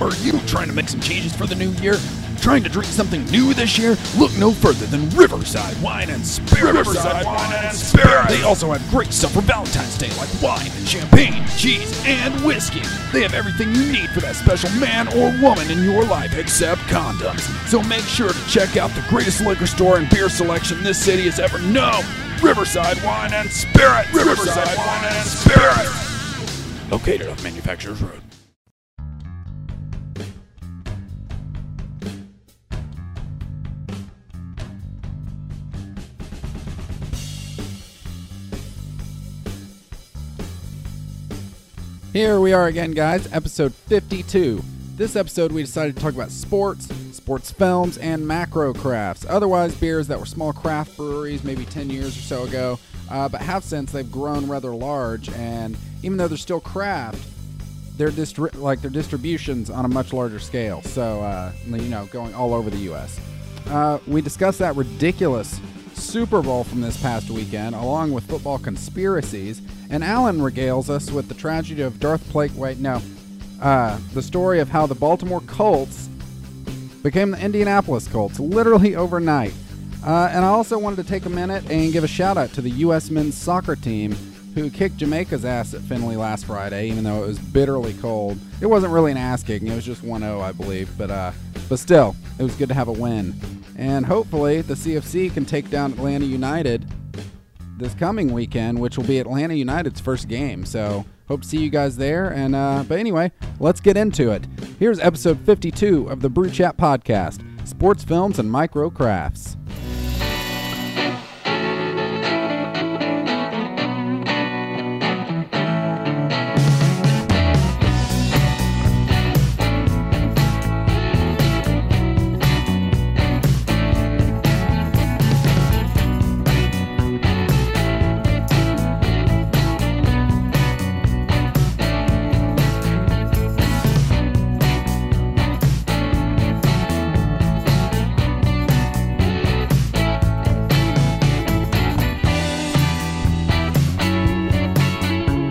Are you trying to make some changes for the new year? Trying to drink something new this year? Look no further than Riverside Wine and Spirit. Riverside Wine and Spirit. They also have great stuff for Valentine's Day, like wine, champagne, cheese, and whiskey. They have everything you need for that special man or woman in your life, except condoms. So make sure to check out the greatest liquor store and beer selection this city has ever known. Riverside Wine and Spirit. Riverside Wine and Spirit. Located off Manufacturers Road. Here we are again, guys, episode 52. This episode, we decided to talk about sports, sports films, and macro crafts, otherwise, beers that were small craft breweries maybe 10 years or so ago, uh, but have since they've grown rather large. And even though they're still craft, their distri- like their distributions on a much larger scale. So uh, you know, going all over the U.S. Uh, we discussed that ridiculous Super Bowl from this past weekend, along with football conspiracies, and Alan regales us with the tragedy of Darth Plague. Wait, no, uh, the story of how the Baltimore Colts became the Indianapolis Colts literally overnight. Uh, and I also wanted to take a minute and give a shout out to the U.S. men's soccer team who kicked Jamaica's ass at Finley last Friday, even though it was bitterly cold. It wasn't really an ass kicking, it was just 1 0, I believe. But, uh, but still, it was good to have a win. And hopefully, the CFC can take down Atlanta United this coming weekend, which will be Atlanta United's first game. So hope to see you guys there. And uh, but anyway, let's get into it. Here's episode 52 of the Brew Chat podcast: sports films and micro crafts.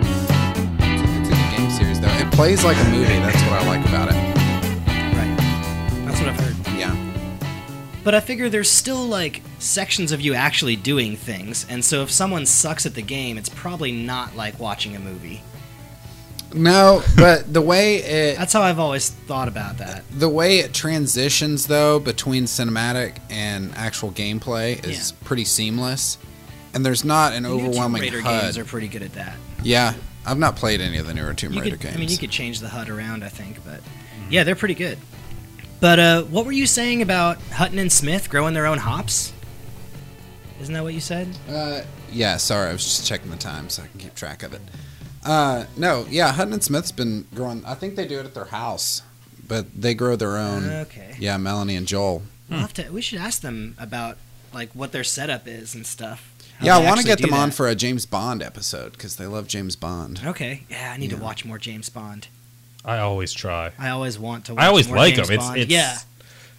It's a good game series, though. It plays like a movie. That's what I like about it. Right. That's what I've heard. Yeah. But I figure there's still like sections of you actually doing things, and so if someone sucks at the game, it's probably not like watching a movie. No, but the way it That's how I've always thought about that. the way it transitions though between cinematic and actual gameplay is pretty seamless, and there's not an The new overwhelming Tomb Raider HUD. games are pretty good at that. yeah, I've not played any of the newer Tomb You Raider could, games. I mean, you could change the HUD around, I think, but yeah, they're pretty good. But uh, what were you saying about Hutton and Smith growing their own hops? Isn't that what you said? Uh, yeah, sorry, I was just checking the time so I can keep track of it. Uh, no, yeah, Hutton and Smith's been growing. I think they do it at their house, but they grow their own. Okay. Yeah, Melanie and Joel. We'll have to, we should ask them about like what their setup is and stuff. How yeah, I they want to actually get do them on that. for a James Bond episode because they love James Bond. Okay. Yeah, I need Yeah. to watch more James Bond. I always try. I always want to. Watch I always more like James them. It's, Bond. it's yeah.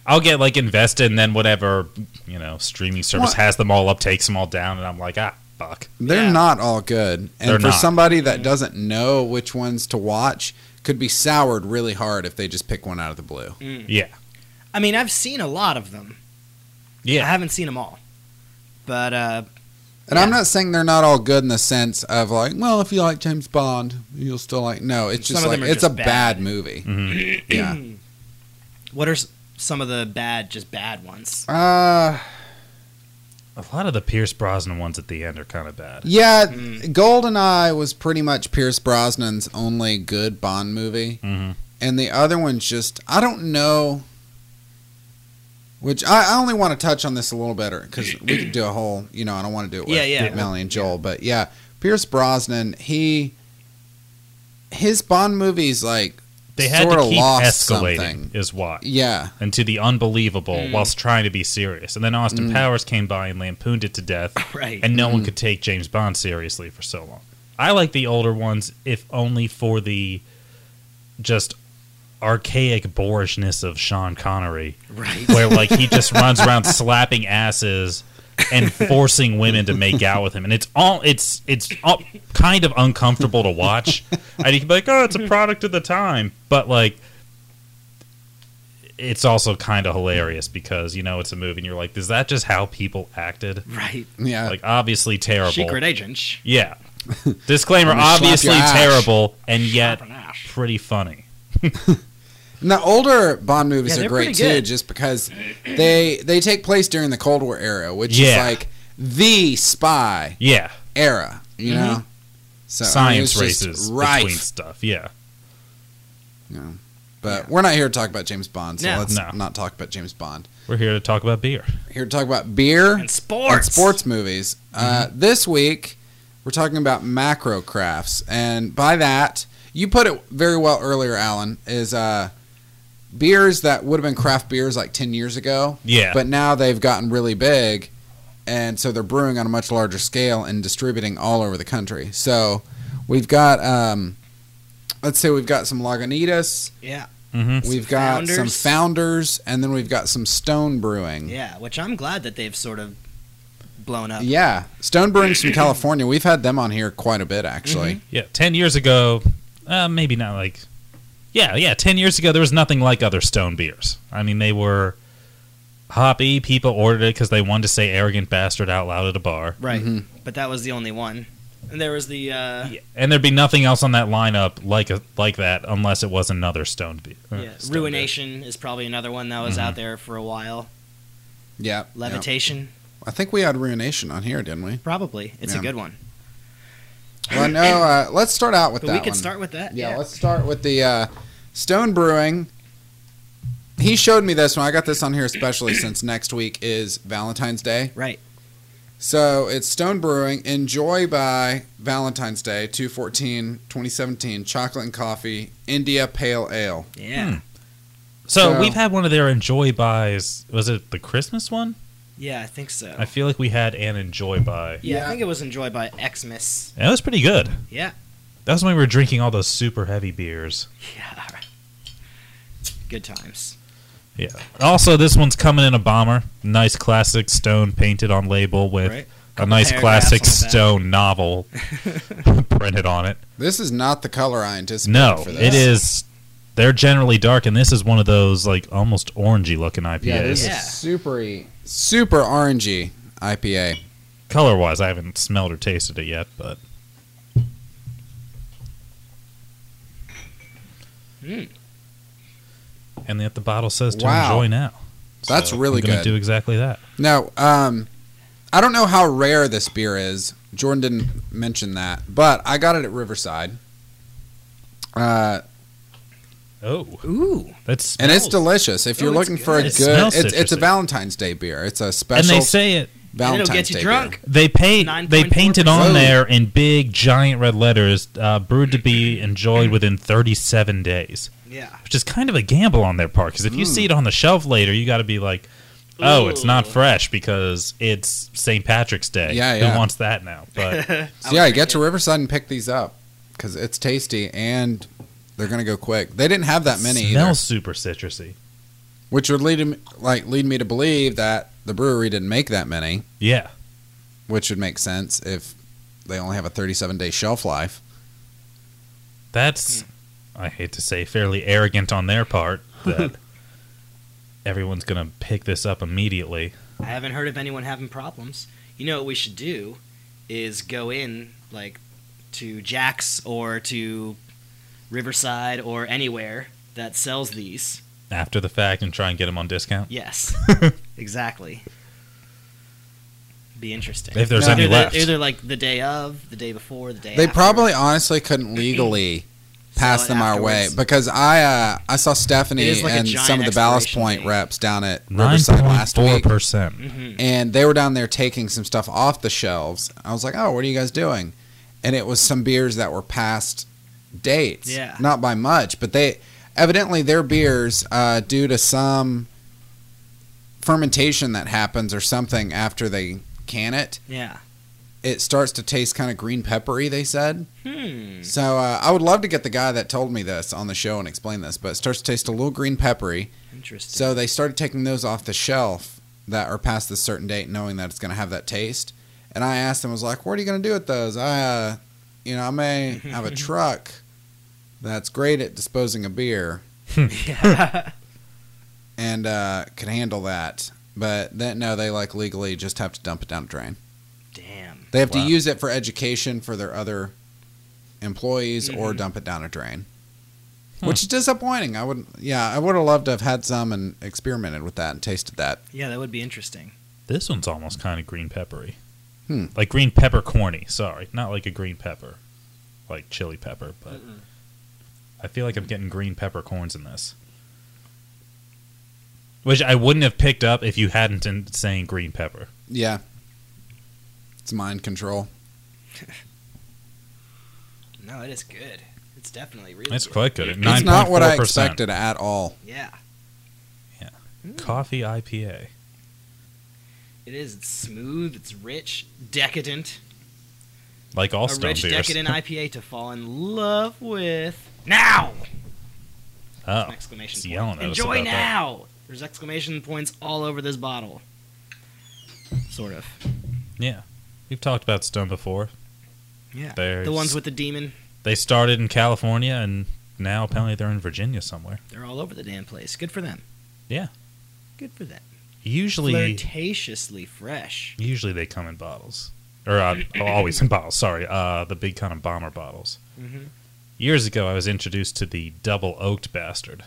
I'll get like invested, and then whatever you know streaming service What? has them all up takes them all down, and I'm like, ah, fuck. They're Yeah. not all good, and They're for not. somebody that doesn't know which ones to watch, could be soured really hard if they just pick one out of the blue. Yeah, I mean, I've seen a lot of them. I yeah. haven't seen them all, but uh, And I'm not saying they're not all good in the sense of like, well, if you like James Bond, you'll still like. No, it's just Some of like them are it's just a bad, bad. movie. yeah. what are s- some of the bad, just bad ones? Uh, A lot of the Pierce Brosnan ones at the end are kind of bad. yeah. Hmm. Goldeneye was pretty much Pierce Brosnan's only good Bond movie, Mm-hmm. and the other one's just I don't know. Which I, I only want to touch on this a little better because we could do a whole. You know, I don't want to do it with Yeah, yeah. Melanie and Joel, but yeah, Pierce Brosnan. He his Bond movies like They had sorta to keep lost escalating, something. is why, Yeah. and to the unbelievable, whilst trying to be serious. And then Austin Mm. Powers came by and lampooned it to death, Right. and no one could take James Bond seriously for so long. I like the older ones, if only for the just archaic boorishness of Sean Connery, right. where like he just runs around slapping asses and forcing women to make out with him, and it's all it's it's all kind of uncomfortable to watch. And you can be like, oh, it's a product of the time, but like it's also kind of hilarious because you know it's a movie and you're like, is that just how people acted? Right. Yeah. Like obviously terrible. Secret agent. Yeah. Disclaimer: Let me slap obviously your ass. terrible and yet Slap an ass. pretty funny. And the older Bond movies Yeah, are they're great pretty too, good. just because they they take place during the Cold War era, which Yeah. is like the spy Yeah, era, you know. So I mean, Mm-hmm. science it's just races rife. between stuff. Yeah, But we're not here to talk about James Bond, so No. let's No. not talk about James Bond. we're here to talk about beer. We're here to talk about beer And sports. and sports movies. Uh, Mm-hmm. this week, we're talking about macro crafts, and by that, you put it very well earlier, Alan. Is uh, beers that would have been craft beers like ten years ago, Yeah, but now they've gotten really big, and so they're brewing on a much larger scale and distributing all over the country. So we've got, um, let's say we've got some Lagunitas, Yeah. hmm we've got some Founders. Founders, and then we've got some Stone Brewing. Yeah. Which I'm glad that they've sort of blown up. Yeah, Stone Brewing's from California. We've had them on here quite a bit, actually. yeah. Ten years ago, uh, maybe not like. Yeah, yeah. Ten years ago, there was nothing like other stone beers. I mean, they were hoppy. People ordered it because they wanted to say "arrogant bastard" out loud at a bar, Right. Mm-hmm. But that was the only one. And there was the. Uh, and there'd be nothing else on that lineup like a, like that unless it was another stone beer. uh, yeah, stone beer. Ruination is probably another one that was out there for a while. Mm-hmm. Yeah, Mm-hmm. yeah. Levitation, I think we had Ruination on here, didn't we? probably. It's Yeah. a good one. Well, no. Uh, let's start out with But that. we could one. start with that. Yeah, let's start with the uh, Stone Brewing. He showed me this one. I got this on here especially since next week is Valentine's Day. Right. So it's Stone Brewing. Enjoy by Valentine's Day, 214 2017. Chocolate and coffee, India Pale Ale. Yeah. So So- we've had one of their enjoy buys. Was it the Christmas one? Yeah, I think so. I feel like we had an enjoy buy. yeah, Yeah. I think it was enjoyed by Xmas. That was pretty good. Yeah. That was when we were drinking all those super heavy beers. Yeah. Good times. Yeah. Also, this one's coming in a bomber. Nice classic stone painted on label with Right. a nice paragraphs classic on the back. stone novel printed on it. This is not the color I anticipated. No, for this. it is. They're generally dark, and this is one of those like almost orangey looking IPAs. Yeah, this Yeah. is super, super orangey IPA. Color wise, I haven't smelled or tasted it yet, but Mm. and yet the bottle says to Wow. enjoy now. That's really I'm gonna good. Do exactly that. No, um, I don't know how rare this beer is. Jordan didn't mention that, but I got it at Riverside. Uh, Oh, Ooh. that's and it's delicious. If Oh, you're it's looking for a good. good, It smells it's, it's a citrusy. Valentine's Day beer. It's a and special they say it. And Valentine's it'll get you Day drunk. They paint they 9.4%. painted on Whoa. there in big giant red letters, uh, brewed to be enjoyed within 37 days, Yeah. which is kind of a gamble on their part because if Mm. you see it on the shelf later, you got to be like, oh, it's not Ooh. fresh because it's St. Patrick's Day. Yeah, yeah. Who wants that now? But beer. So yeah, get to Riverside and pick these up because it's tasty and they're gonna go quick. They didn't have that many, either, smells super citrusy. which would lead him like lead me to believe that the brewery didn't make that many. Yeah, which would make sense if they only have a 37 day shelf life. that's Hmm. I hate to say fairly arrogant on their part that everyone's gonna pick this up immediately. I haven't heard of anyone having problems. You know what we should do is go in like to Jack's or to Riverside or anywhere that sells these. After the fact, and try and get them on discount. Yes. exactly. Be interesting. If there's No, any either, left, either like the day of, the day before, the day They after. probably honestly couldn't legally pass it them our way afterwards. because I uh, I saw It Stephanie is like a and giant some of the Ballast expiration Point date. reps down at nine Riverside point last four week, percent. Mm-hmm. and they were down there taking some stuff off the shelves. I was like, "Oh, what are you guys doing?" And it was some beers that were past dates, Yeah. not by much, but they evidently their beers uh, due to some fermentation that happens or something after they can it Yeah. it starts to taste kind of green peppery. They said Hmm. so. Uh, I would love to get the guy that told me this on the show and explain this, but it starts to taste a little green peppery. Interesting. So they started taking those off the shelf that are past this certain date, knowing that it's going to have that taste. And I asked him, I was like, "What are you going to do with those?" I, uh, you know, I may have a truck that's great at disposing of beer, yeah. and uh, could handle that. But then no, they like legally just have to dump it down the drain. Damn. They have Wow. to use it for education for their other employees or Mm-hmm. Mhm. dump it down a drain. Which is disappointing. I would yeah, I would have loved to have had some and experimented with that and tasted that. Yeah, that would be interesting. This one's almost kind of green peppery. Hmm. Like green pepper corny, sorry. Not like a green pepper. Like chili pepper, but I feel like I'm getting green peppercorns in this. Which I wouldn't have picked up if you hadn't been saying green pepper. Yeah. It's mind control. No, it is good. It's definitely really. It's quite good. At It's nine It's not what I expected at all. Yeah, Hmm. Coffee IPA. it is. It's smooth. It's rich, decadent. Like all a stone rich, beers. decadent IPA to fall in love with now! oh. exclamation it's point. yelling at us Enjoy about that. now. There's exclamation points all over this bottle. Sort of. We've talked about stone before. Yeah. There's, The ones with the demon, they started in California and now apparently they're in Virginia somewhere. they're all over the damn place. Good for them. Yeah. Good for them. Usually Flirtatiously fresh. Usually they come in bottles, or uh, always in bottles. Sorry, uh, the big kind of bomber bottles. Mhm. Years ago, I was introduced to the double oaked bastard,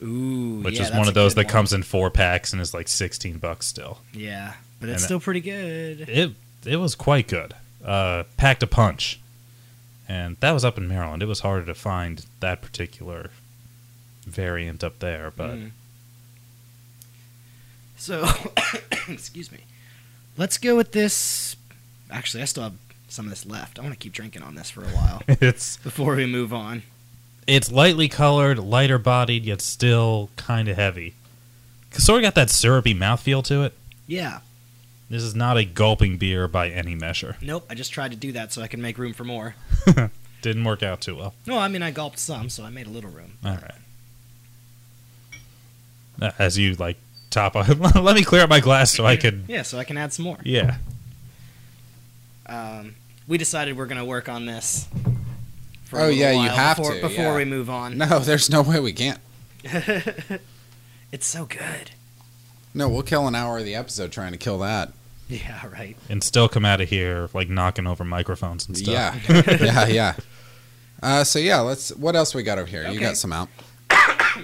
Ooh, which yeah, is that's one a of those good that one. comes in four packs and is like sixteen bucks still. Yeah, but it's And- still pretty good. It it was quite good. Uh, packed a punch, and that was up in Maryland. It was harder to find that particular variant up there, but Mm. So, excuse me. Let's go with this. Actually, I still have some of this left. I want to keep drinking on this for a while it's before we move on. it's lightly colored, lighter bodied, yet still kind of heavy. Sort of got that syrupy mouthfeel to it. Yeah. This is not a gulping beer by any measure. Nope. I just tried to do that so I can make room for more. Didn't work out too well. No, I mean I gulped some, so I made a little room. All right. Uh, As you like top off, let me clear up my glass so I could. Yeah, so I can add some more. Yeah. Um, we decided we're gonna work on this. For a Oh, little yeah, you while have before, to, before yeah. we move on. No, there's no way we can't. it's so good. No, we'll kill an hour of the episode trying to kill that. Yeah, right. And still come out of here like knocking over microphones and stuff. Yeah. yeah, yeah. Uh, so yeah, let's what else we got over here? You Okay. got some out.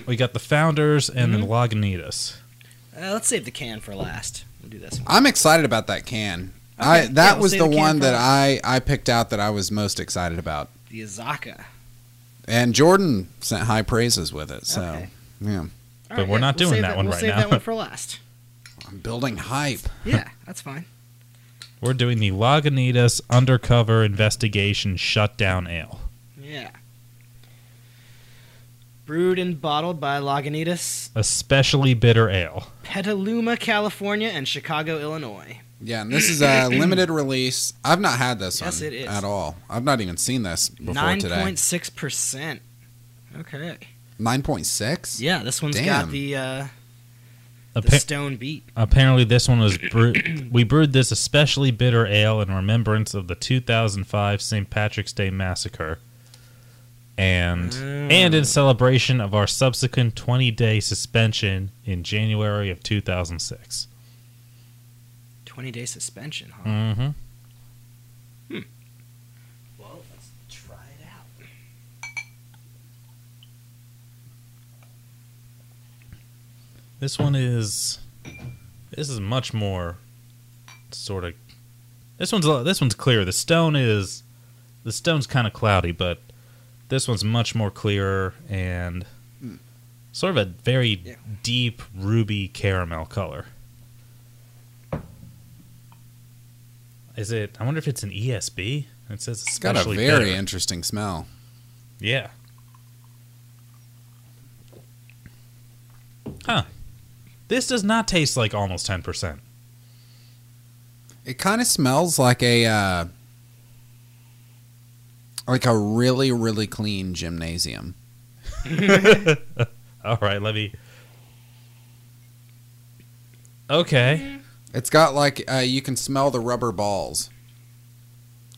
We got the founders and then Lagunitas. Uh, let's save the can for last. We'll do this one. I'm excited about that can. Okay, I yeah, that we'll was save the, the can one for that us. I I picked out that I was most excited about. The Azaka. And Jordan sent high praises with it. So, Okay. yeah. All But we're not we'll doing save that one we'll right save now. that one for last. I'm building hype. Yeah, that's fine. We're doing the Lagunitas Undercover Investigation Shutdown Ale. Yeah. Brewed and bottled by Lagunitas, Especially bitter ale. Petaluma, California, and Chicago, Illinois. Yeah, and this is a limited release. I've not had this Yes, one it is. at all. I've not even seen this before Nine today. point six percent. Okay. 9.6? Yeah, this one's Damn. got the uh, the Appa- stone beat. Apparently, this one was brewed. we brewed this especially bitter ale in remembrance of the 2005 St. Patrick's Day massacre, and and in celebration of our subsequent 20-day suspension in January of 2006. Twenty day suspension, huh? Mm-hmm. Well, let's try it out. This one is this is much more sort of this one's a- this one's clear. The stone is the stone's kind of cloudy, but this one's much more clearer and Hmm. sort of a very Yeah. deep ruby caramel color. Is it? I wonder if it's an ESB. It says It's got a especially very bitter. interesting smell. Yeah. Huh. This does not taste like almost 10%. It kind of smells like a uh, like a really really clean gymnasium. All right, let me. Okay. It's got like uh, you can smell the rubber balls.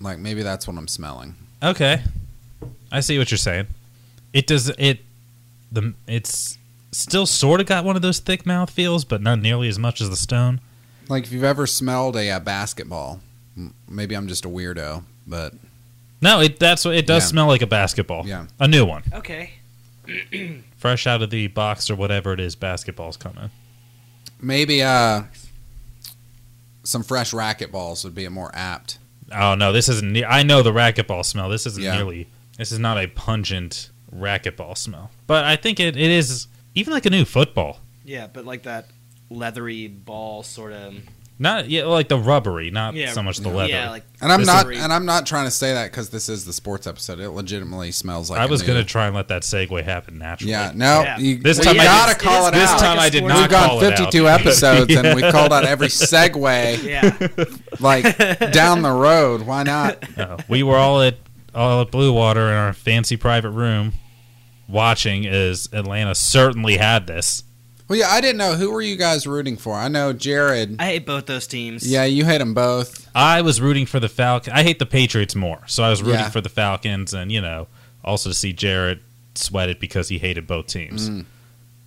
Like maybe that's what I'm smelling. Okay. I see what you're saying. It does it the it's still sort of got one of those thick mouth feels, but not nearly as much as the Stone. Like if you've ever smelled a uh, basketball, m- maybe I'm just a weirdo, but No, it that's what it does Yeah. smell like a basketball. Yeah. a new one, Okay. fresh out of the box or whatever it is. Basketballs coming. maybe uh, some fresh racket balls would be a more apt. Oh no, this isn't. Ne- I know the racquetball smell. This isn't Yeah. nearly. This is not a pungent racquetball smell, but I think it, it is even like a new football. Yeah, but like that leathery ball sort of. Not yeah, like the rubbery, not Yeah. so much the leather. Yeah, like And I'm This not is- and I'm not trying to say that because this is the sports episode. It legitimately smells like. I a was new- gonna try and let that segue happen naturally. Yeah, no, Yeah. you, This we time I gotta did- call it, it is- This out. time I did We've not We've call gone it out. 52 episodes and we called out every segue yeah. like down the road. Why not? No, we were all at all at Blue Water in our fancy private room, watching as Atlanta certainly had this. Well, yeah, I didn't know who were you guys rooting for. I know Jared. I hate both those teams. Yeah, you hate them both. I was rooting for the Falcons. I hate the Patriots more, so I was rooting Yeah. for the Falcons, and you know, also to see Jarrett sweat it because he hated both teams. Mm.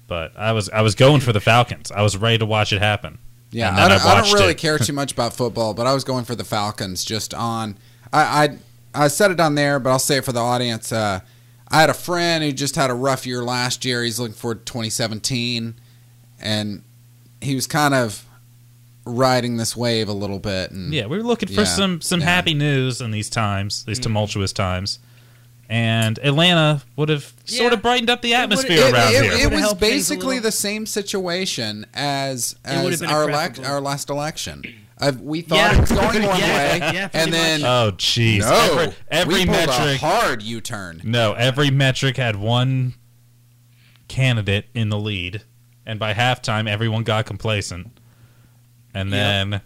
But I was I was going for the Falcons. I was ready to watch it happen. Yeah, And I then don't, I I don't watched really it. care too much about football, but I was going for the Falcons just on. I I, I said it on there, but I'll say it for the audience. Uh, I had a friend who just had a rough year last year. He's looking forward to 2017, and he was kind of riding this wave a little bit. And Yeah, we were looking for Yeah, some some yeah. Mm. happy news in these times, these tumultuous times. And Atlanta would have sort Yeah. of brightened up the atmosphere it, around it- here. it Would've was helped things a basically little. the same situation as would've as been a our elect preferable- our last election. i we thought Yeah. it was going one Yeah, way, yeah, pretty and then oh jeez. no, every, we every pulled a metric hard U turn. No, every metric had one candidate in the lead, and by halftime, everyone got complacent. And then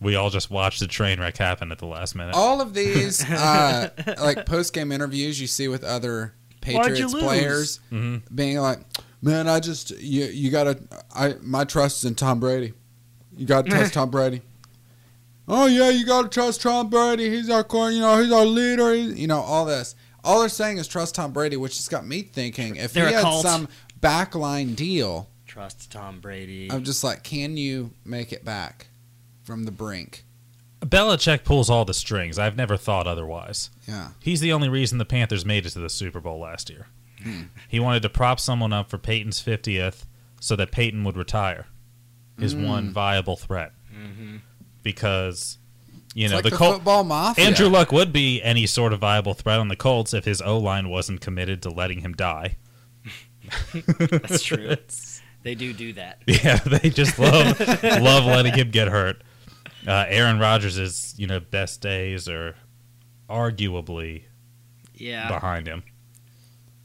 we all just watched the train wreck happen at the last minute. All of these uh, like post game interviews you see with other Patriots lose? players being like, "Man, I just you you gotta I my trust is in Tom Brady. You gotta trust Tom Brady." Oh yeah, you gotta trust Tom Brady. He's our core, you know, he's our leader. He's, you know, all this. All they're saying is trust Tom Brady, which has got me thinking if They're he a had cult. some backline deal, Trust Tom Brady. I'm just like, can you make it back from the brink? Belichick pulls all the strings. I've never thought otherwise. Yeah. He's the only reason the Panthers made it to the Super Bowl last year. Hmm. He wanted to prop someone up for Peyton's 50th so that Peyton would retire. His Hmm. one viable threat. Because, you Mm-hmm. It's know, like the, the, Col- football mafia. Andrew Luck would be any sort of viable threat on the Colts if his O line wasn't committed to letting him die. That's true. they do do that. Yeah, they just love love letting him get hurt. Uh, Aaron Rodgers is, you know, best days are arguably Yeah. behind him.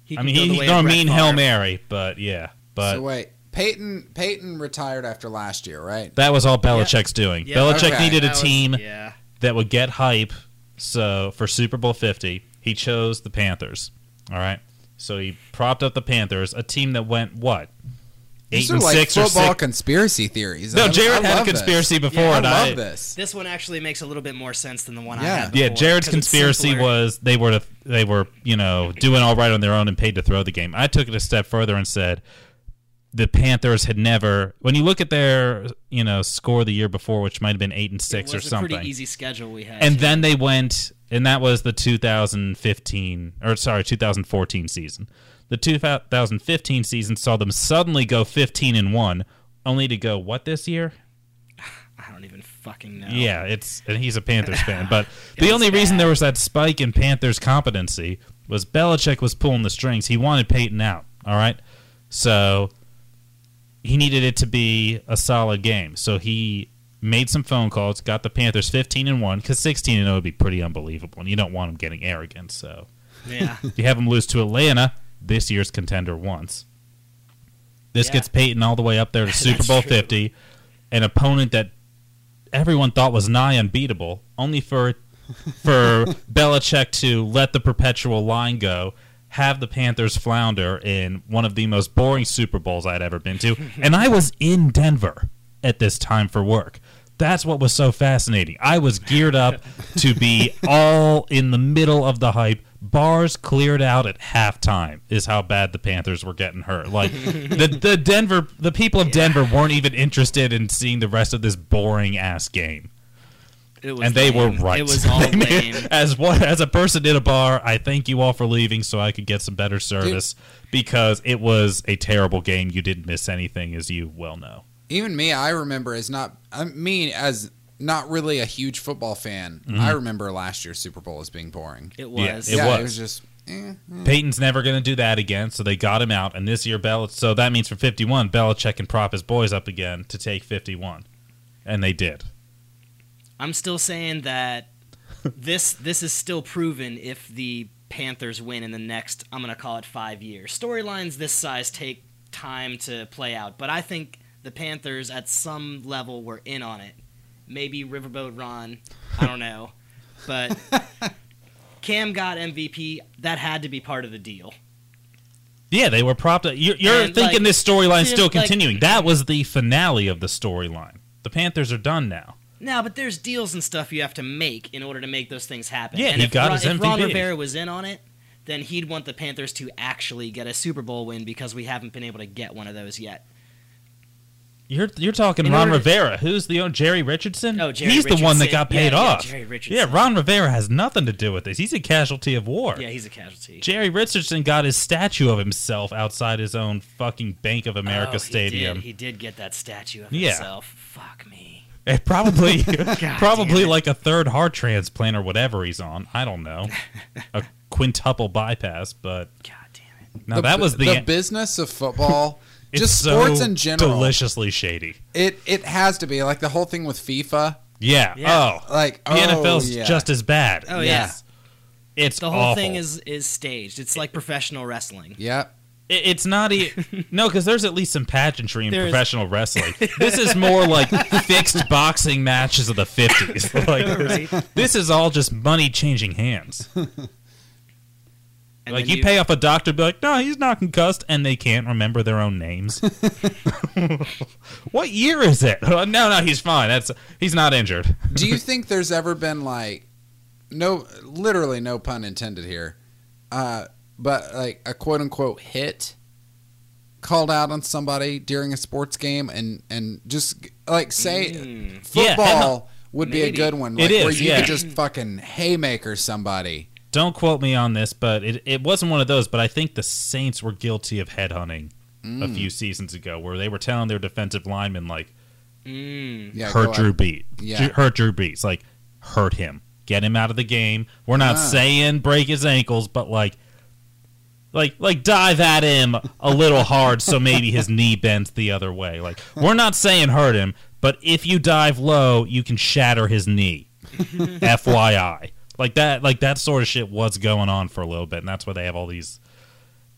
He I can mean, go he, the he's way of gonna Brett mean hail Favre. mary, but yeah, but so wait, Peyton Peyton retired after last year, right? that was all Belichick's doing. Yeah, Belichick okay. needed a That was- team yeah. that would get hype. So for Super Bowl 50, he chose the Panthers. All right. So he propped up the Panthers, a team that went what? Eight These are and like six or football six. conspiracy theories. No, I- Jared I had a love this. conspiracy before, I and love I this. This one actually makes a little bit more sense than the one I Yeah. had. yeah, before, Jared's 'cause it's conspiracy simpler. was they were to, they were you know doing all right on their own and paid to throw the game. I took it a step further and said the Panthers had never. When you look at their you know score the year before, which might have been eight and it six was or something, A pretty easy schedule we had. and then they went and that was the 2015 or sorry 2014 season the 2015 season saw them suddenly go 15 and 1 only to go what this year I don't even fucking know. yeah it's and he's a panthers fan but the was only reason bad. there was that spike in panthers competency was belichick was pulling the strings he wanted peyton out all right so he needed it to be a solid game. So he made some phone calls, got the Panthers 15 and 1 cuz 16 and 0 would be pretty unbelievable and you don't want them getting arrogant. So Yeah. you have them lose to Atlanta, this year's contender once. This Yeah. gets Peyton all the way up there to Super Bowl true. 50, an opponent that everyone thought was nigh unbeatable, only for for Belichick to let the perpetual line go, have the Panthers flounder in one of the most boring Super Bowls I'd ever been to. and I was in Denver at this time for work. That's what was so fascinating. I was geared up to be all in the middle of the hype, bars cleared out at halftime is how bad the Panthers were getting hurt. Like the the Denver the people of Denver weren't even interested in seeing the rest of this boring ass game. It was And they were lame. right. It was all They made- lame. As what as a person in a bar, I thank you all for leaving so I could get some better service because it was a terrible game. You didn't miss anything as you well know. even me i remember as not i mean as not really a huge football fan i remember last year's super bowl as being boring It Yeah, was. Mm-hmm. it yeah was. it was just eh. Peyton's never going to do that again, so they got him out. And this year, Bel- so that means for 51, Belichick can prop his boys up again to take 51, and they did. I'm still saying that this this is still proven if the Panthers win in the next I'm gonna call it five years. Storylines this size take time to play out, but I think the Panthers at some level were in on it. Maybe Riverboat Ron, I don't know, but Cam got MVP. That had to be part of the deal. Yeah, they were propped up. You're, you're And, thinking like, this storyline's dude, still like- continuing. that was the finale of the storyline. The Panthers are done now. No, but there's deals and stuff you have to make in order to make those things happen. Yeah, and he if got Ron, his if Ron MVP. Rivera was in on it, then he'd want the Panthers to actually get a Super Bowl win because we haven't been able to get one of those yet. You're you're talking In Ron order to- Rivera. Who's the owner? Jerry Richardson? Oh, Jerry He's the one that Richardson. got paid Yeah, yeah, off. Jerry Yeah, Richardson. Ron Rivera has nothing to do with this. He's a casualty of war. Yeah, he's a casualty. Jerry Richardson got his statue of himself outside his own fucking Bank of America Oh, he did. stadium. He did, get that statue of Yeah. himself. Fuck me. Eh, probably, damn probably it. like a third heart transplant or whatever he's on. I don't know, a quintuple bypass. But God damn it. no, The that bu- was the, the business of football it's just so sports in general Deliciously shady. it it has to be like the whole thing with fifa Yeah. Yeah. Oh, like the oh, NFL's yeah. just as bad. Oh yeah. Yeah. It's The whole awful. thing is is staged. It's like professional wrestling. yep It- It's not e no, because there's at least some pageantry in There is- professional wrestling. This is more like fixed boxing matches of the fifties. Like there's- this is all just money changing hands. And like then you, pay off a doctor, be like, no, he's not concussed, and they can't remember their own names. what year is it? Oh, no, no, he's fine. That's he's not injured. Do you think there's ever been like no literally no pun intended here. Uh but like a quote unquote hit called out on somebody during a sports game and and just like say Mm. Yeah, football would be a Maybe. good one It like where is, you yeah. could just fucking haymaker somebody. Don't quote me on this, but it, it wasn't one of those. But I think the Saints were guilty of headhunting a few seasons ago, where they were telling their defensive linemen like. Mm. Yeah, go hurt out. Drew Beat. Yeah. Ju- Hurt Drew Beats. Like, hurt him. Get him out of the game. We're not Ah. saying break his ankles, but like, like, like dive at him a little hard so maybe his knee bends the other way. Like, we're not saying hurt him, but if you dive low, you can shatter his knee. FYI. Like that, like that sort of shit was going on for a little bit, and that's why they have all these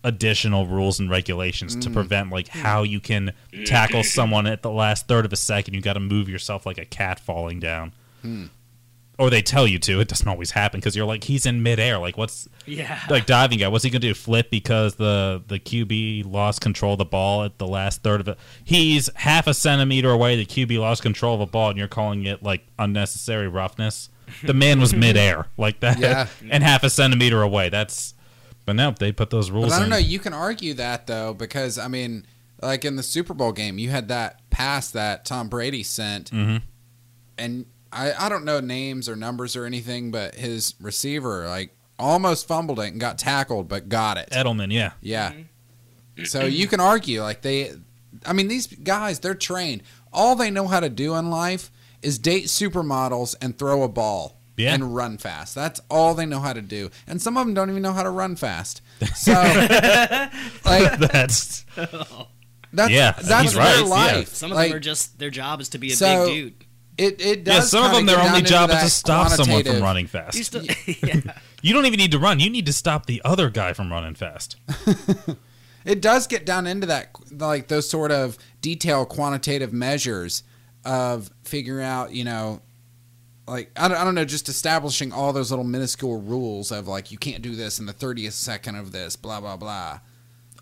additional rules and regulations Mm. to prevent like how you can tackle someone at the last third of a second. You got to move yourself like a cat falling down, Hmm. or they tell you to. It doesn't always happen because you're like he's in midair. Like what's Yeah. like diving guy? What's he gonna do? Flip because the the QB lost control of the ball at the last third of it. He's half a centimeter away. The QB lost control of a ball, and you're calling it like unnecessary roughness. The man was midair like that, Yeah. and half a centimeter away. That's but no, they put those rules. But I don't in. know, you can argue that though because I mean like in the Super Bowl game you had that pass that Tom Brady sent Mhm. and I, I don't know names or numbers or anything, but his receiver like almost fumbled it and got tackled, but got it. Edelman, yeah. Yeah. Mm-hmm. So you can argue like they, I mean these guys they're trained. All they know how to do in life is date supermodels and throw a ball Yeah. and run fast. That's all they know how to do, and some of them don't even know how to run fast. So like That's that's Yeah, that's he's their right, yeah. life. Some of like, them are just their job is to be a So- big dude. it, it does yeah. Some of kinda them, their get down only into job is to that stop someone from quantitative- running You fast. still, yeah. You don't even need to run. You need to stop the other guy from running fast. it does get down into that like those sort of detailed quantitative measures of figuring out you know like I don't, I don't know just establishing all those little minuscule rules of like you can't do this in the 30th second of this blah blah blah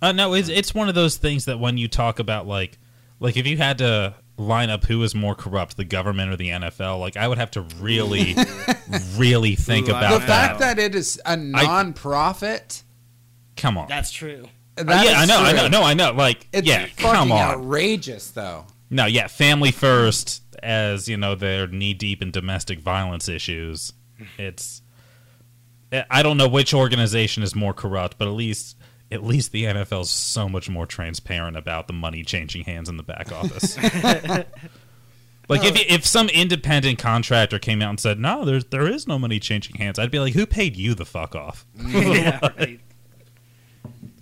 Uh, no, it's it's one of those things that when you talk about like like if you had to line up who is more corrupt, the government or the NFL, like I would have to really, really think Ooh, I about don't the know. that. fact that it is a non-profit. Come on. Uh, That's true. that yeah, is I know, I true. know, no, I know. Like, It's yeah, fucking come on. outrageous, though. No, yeah, family first, as you know, they're knee deep in domestic violence issues. It's, I I don't know which organization is more corrupt, but at least, at least the NFL's so much more transparent about the money changing hands in the back office. like if if some independent contractor came out and said, "No, there's there is no money changing hands," I'd be like, "Who paid you the fuck off?" yeah, right.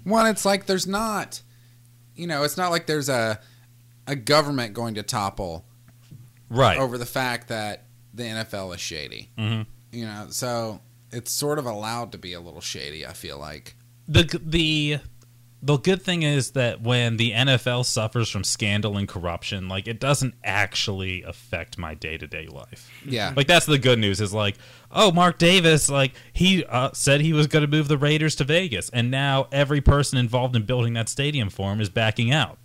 One, it's like there's not, you know, it's not like there's a a government going to topple Right. over the fact that the NFL is shady. Mhm. You know, so it's sort of allowed to be a little shady. I feel like. the the the good thing is that when the NFL suffers from scandal and corruption, like it doesn't actually affect my day to day life. Yeah. Like that's the good news is like, oh, Mark Davis, like he uh, said he was going to move the Raiders to Vegas, and now every person involved in building that stadium for him is backing out.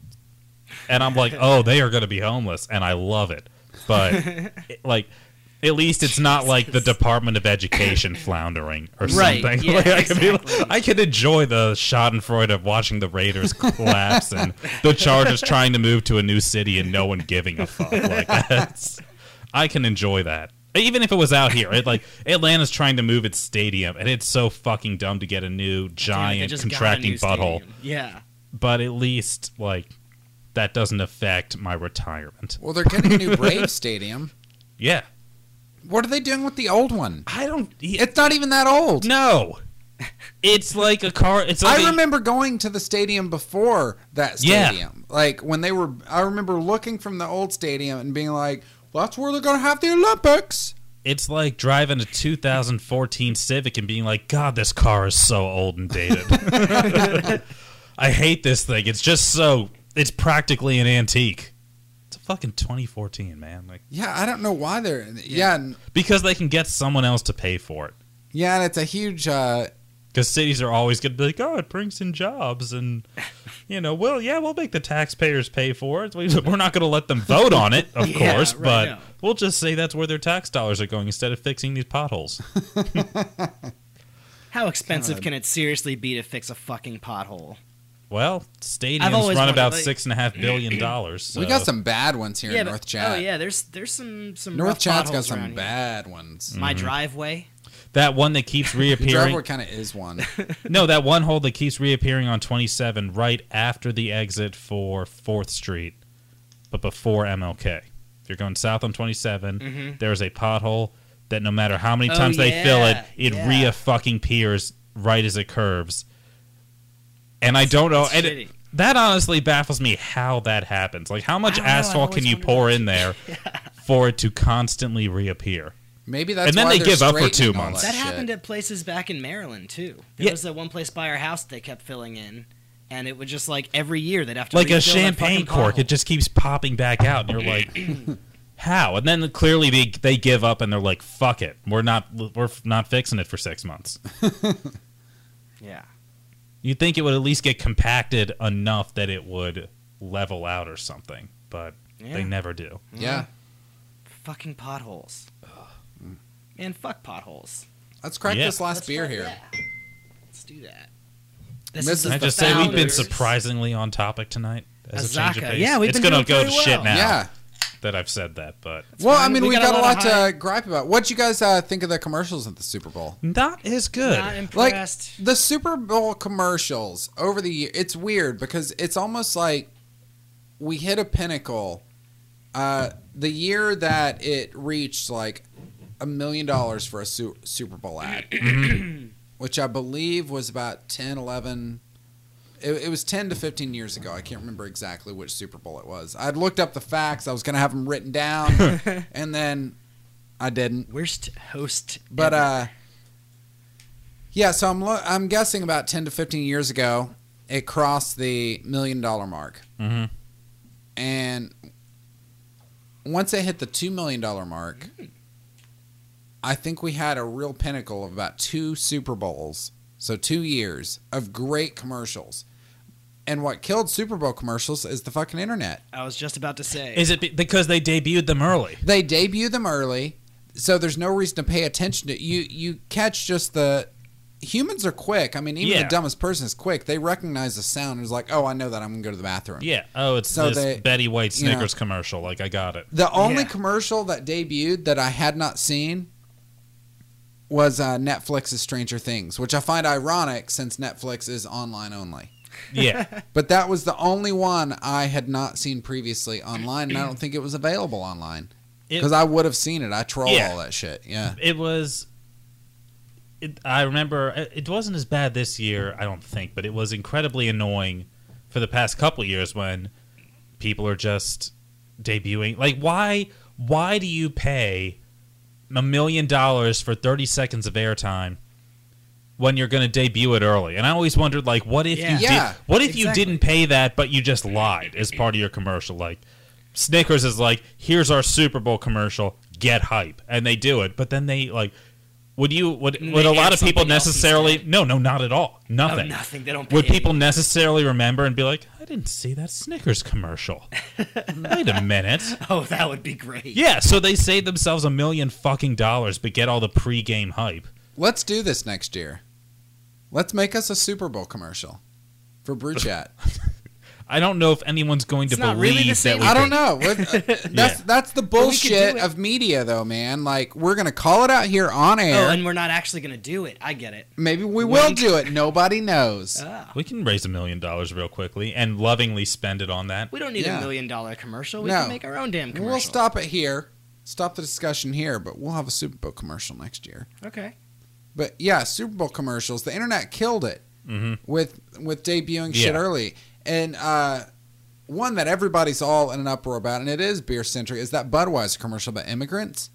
And I'm like, oh, they are going to be homeless, and I love it. But it- like, at least it's not like the Department of Education floundering or Right, something. yeah, Like, I, can be, exactly. I can enjoy the Schadenfreude of watching the Raiders collapse and the Chargers trying to move to a new city and no one giving a fuck. Like that's, I can enjoy that. Even if it was out here, it like Atlanta's trying to move its stadium, and it's so fucking dumb to get a new Damn it, they giant just got a contracting new butthole. stadium. Yeah. But at least like that doesn't affect my retirement. Well, they're getting a new Brave Stadium. Yeah, What are they doing with the old one? I don't. It's not even that old. no, it's like a car. It's like I a- remember going to the stadium before that Yeah. stadium. Like when they were, I remember looking from the old stadium and being like, well, that's where they're going to have the Olympics. It's like driving a 2014 Civic and being like, God, this car is so old and dated. I hate this thing. It's just so, it's practically an antique. It's a fucking 2014, man. Like, Yeah, I don't know why they're. Yeah, and- because they can get someone else to pay for it. yeah, and it's a huge. Uh, Because cities are always going to be like, oh, it brings in jobs. And, you know, well, yeah, we'll make the taxpayers pay for it. We- We're not going to let them vote on it, of Yeah, course, right, but no. we'll just say that's where their tax dollars are going instead of fixing these potholes. How expensive can it seriously be to fix a fucking pothole? Well, I've stadiums always run wanted, about like- six and a half billion dollars. we so- got some bad ones here yeah, in but- North Chat. Oh yeah, there's there's some some North rough Chat's got potholes some around here. bad ones. My Mm-hmm. driveway. that one that keeps The driveway reappearing. kind of is one. no, that one hole that keeps reappearing on 27, right after the exit for Fourth Street, but before MLK. If you're going south on 27, Mm-hmm. there is a pothole that no matter how many Oh, times they fill it, yeah, it yeah. rea fucking peers right as it curves. And I don't know. it's Oh, And shitty. it, that honestly baffles me how that happens. Like, how I much don't know, I've asphalt can always you wondered pour that. in there for it to constantly reappear? Maybe that's And then why they they're give up for two straightening all months. That shit. happened at places back in Maryland too. There Yeah. was that one place by our house they kept filling in, and it would just like every year they'd have to like a refill that champagne fucking cork. pothole. It just keeps popping back out, and you're like, how? And then clearly they they give up, and they're like, fuck it, we're not we're f- not fixing it for six months. yeah. You'd think it would at least get compacted enough that it would level out or something, but Yeah. they never do. Yeah, Fucking potholes. Man, fuck potholes. let's crack Yeah. this last Let's beer fuck here. that. Let's do that. This This the Can is I just say we've been founders. surprisingly on topic tonight. As a change of Azaka. pace. Yeah, we've it's been gonna go doing to pretty shit well. now Yeah. that I've said that, but Well, I fine. mean, we, got, a lot, to of gripe about. What you guys uh, think of the commercials at the Super Bowl? not as good. Not like impressed. the Super Bowl commercials over the year. It's weird because it's almost like we hit a pinnacle. Uh, the year that it reached like a million dollars for a su- Super Bowl ad, which I believe was about 10, 11. It, it was 10 to 15 years ago. I can't remember exactly which Super Bowl it was. I'd looked up the facts. I was going to have them written down, and then I didn't. worst host. But ever. uh, yeah. So I'm lo- I'm guessing about ten to fifteen years ago, it crossed the million dollar mark, Mhm. and once it hit the two million dollar mark, I think we had a real pinnacle of about two Super Bowls, so two years of great commercials. And what killed Super Bowl commercials is the fucking internet. I was just about to say. Is it be- because they debuted them early? They debut them early, so there's no reason to pay attention to you. You catch just the humans are quick. I mean, even Yeah. the dumbest person is quick. They recognize the sound and is like, "Oh, I know that. I'm gonna go to the bathroom." Yeah. Oh, it's So this they- Betty White you know. Snickers commercial. Like I got it. The only Yeah. commercial that debuted that I had not seen was uh, Netflix's Stranger Things, which I find ironic since Netflix is online only. Yeah. But that was the only one I had not seen previously online, and I don't think it was available online It- because I would have seen it. I troll Yeah. all that shit. Yeah, it was. It, I remember it- it wasn't as bad this year, I don't think, but it was incredibly annoying for the past couple years when people are just debuting. Like, why? Why do you pay a million dollars for thirty seconds of airtime when you're going to debut it early? And I always wondered, like, what if Yeah. you did? Yeah, What if you exactly. didn't pay that, but you just lied as part of your commercial? Like, Snickers is like, here's our Super Bowl commercial, get hype, and they do it. But then they like, would you would And would they a lot add of people something else necessarily? instead. No, no, not at all. Oh, Nothing. nothing. They don't. Pay Would people necessarily remember and be like, I didn't see that Snickers commercial? Wait a minute. Oh, that would be great. Yeah, so they save themselves a million fucking dollars, but get all the pre-game hype. let's do this next year. Let's make us a Super Bowl commercial for Brew Chat. I don't know if anyone's going to It's not believe really the that. same We I don't could- know. What- That's that's the we could do bullshit it. of media, though, man. Like we're gonna call it out here on air. Oh, and we're not actually gonna do it. I get it. Maybe we will Wink. do it. Nobody knows. Ah. We can raise a million dollars real quickly and lovingly spend it on that. We don't need Yeah. a million dollar commercial. We No. can make our own damn commercial. We'll stop it here. Stop the discussion here, but we'll have a Super Bowl commercial next year. Okay. But yeah, Super Bowl commercials. The internet killed it Mm-hmm. with with debuting shit Yeah. early. And uh, one that everybody's all in an uproar about, and it is beer centric, is that Budweiser commercial about immigrants.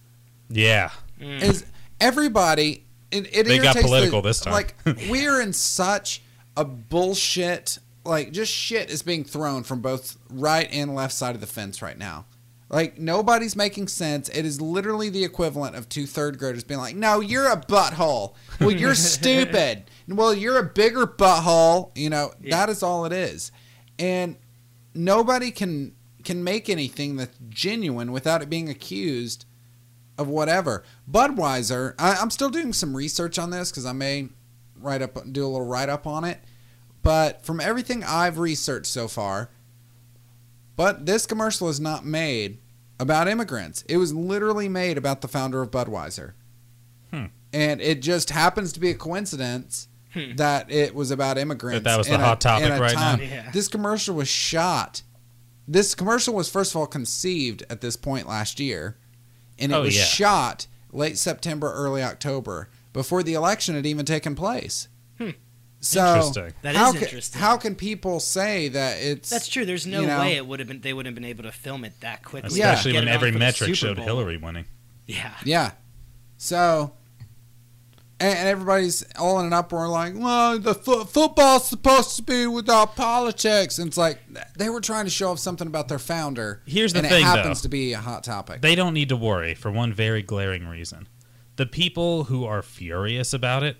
Yeah. Mm. is everybody it, it They got irritates political the- this time. like we're in such a bullshit like just shit is being thrown from both right and left side of the fence right now like nobody's making sense it is literally the equivalent of two third graders being like no you're a butthole well you're stupid well you're a bigger butthole you know Yeah. that is all it is and nobody can can make anything that's genuine without it being accused of whatever. Budweiser, I, I'm still doing some research on this because I may write up, do a little write up on it. But from everything I've researched so far, but this commercial is not made about immigrants. It was literally made about the founder of Budweiser, Hmm. and it just happens to be a coincidence. Hmm. That it was about immigrants. That that was the in a- hot topic in a right now. time- Yeah. This commercial was shot. This commercial was first of all conceived at this point last year, and it Oh, was yeah. shot late September, early October, before the election had even taken place. Hmm. So Interesting. That how is ca- interesting. how can people say that it's That's true. There's no you know. way it would have been. They would have been able to film it that quickly. Yeah. Especially Get when it on every for the metric Super showed Bowl. Hillary winning. Yeah. Yeah. So, and, and everybody's all in an uproar, like, well, the fo- football's supposed to be without politics. And it's like, they were trying to show off something about their founder. Here's the and thing, though. it happens to be a hot topic. They don't need to worry for one very glaring reason. The people who are furious about it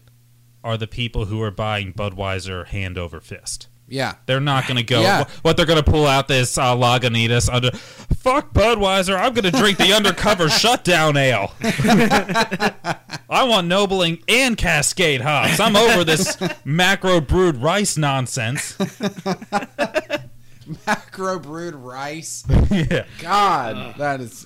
are the people who are buying Budweiser hand over fist. yeah. They're not going to go. Yeah. wh- What they're going to pull out this uh, Lagunitas under. Fuck Budweiser. I'm going to drink the undercover shutdown ale. I want Nobling and Cascade hops. I'm over this macro brewed rice nonsense. Macro brewed rice. yeah. God, that is.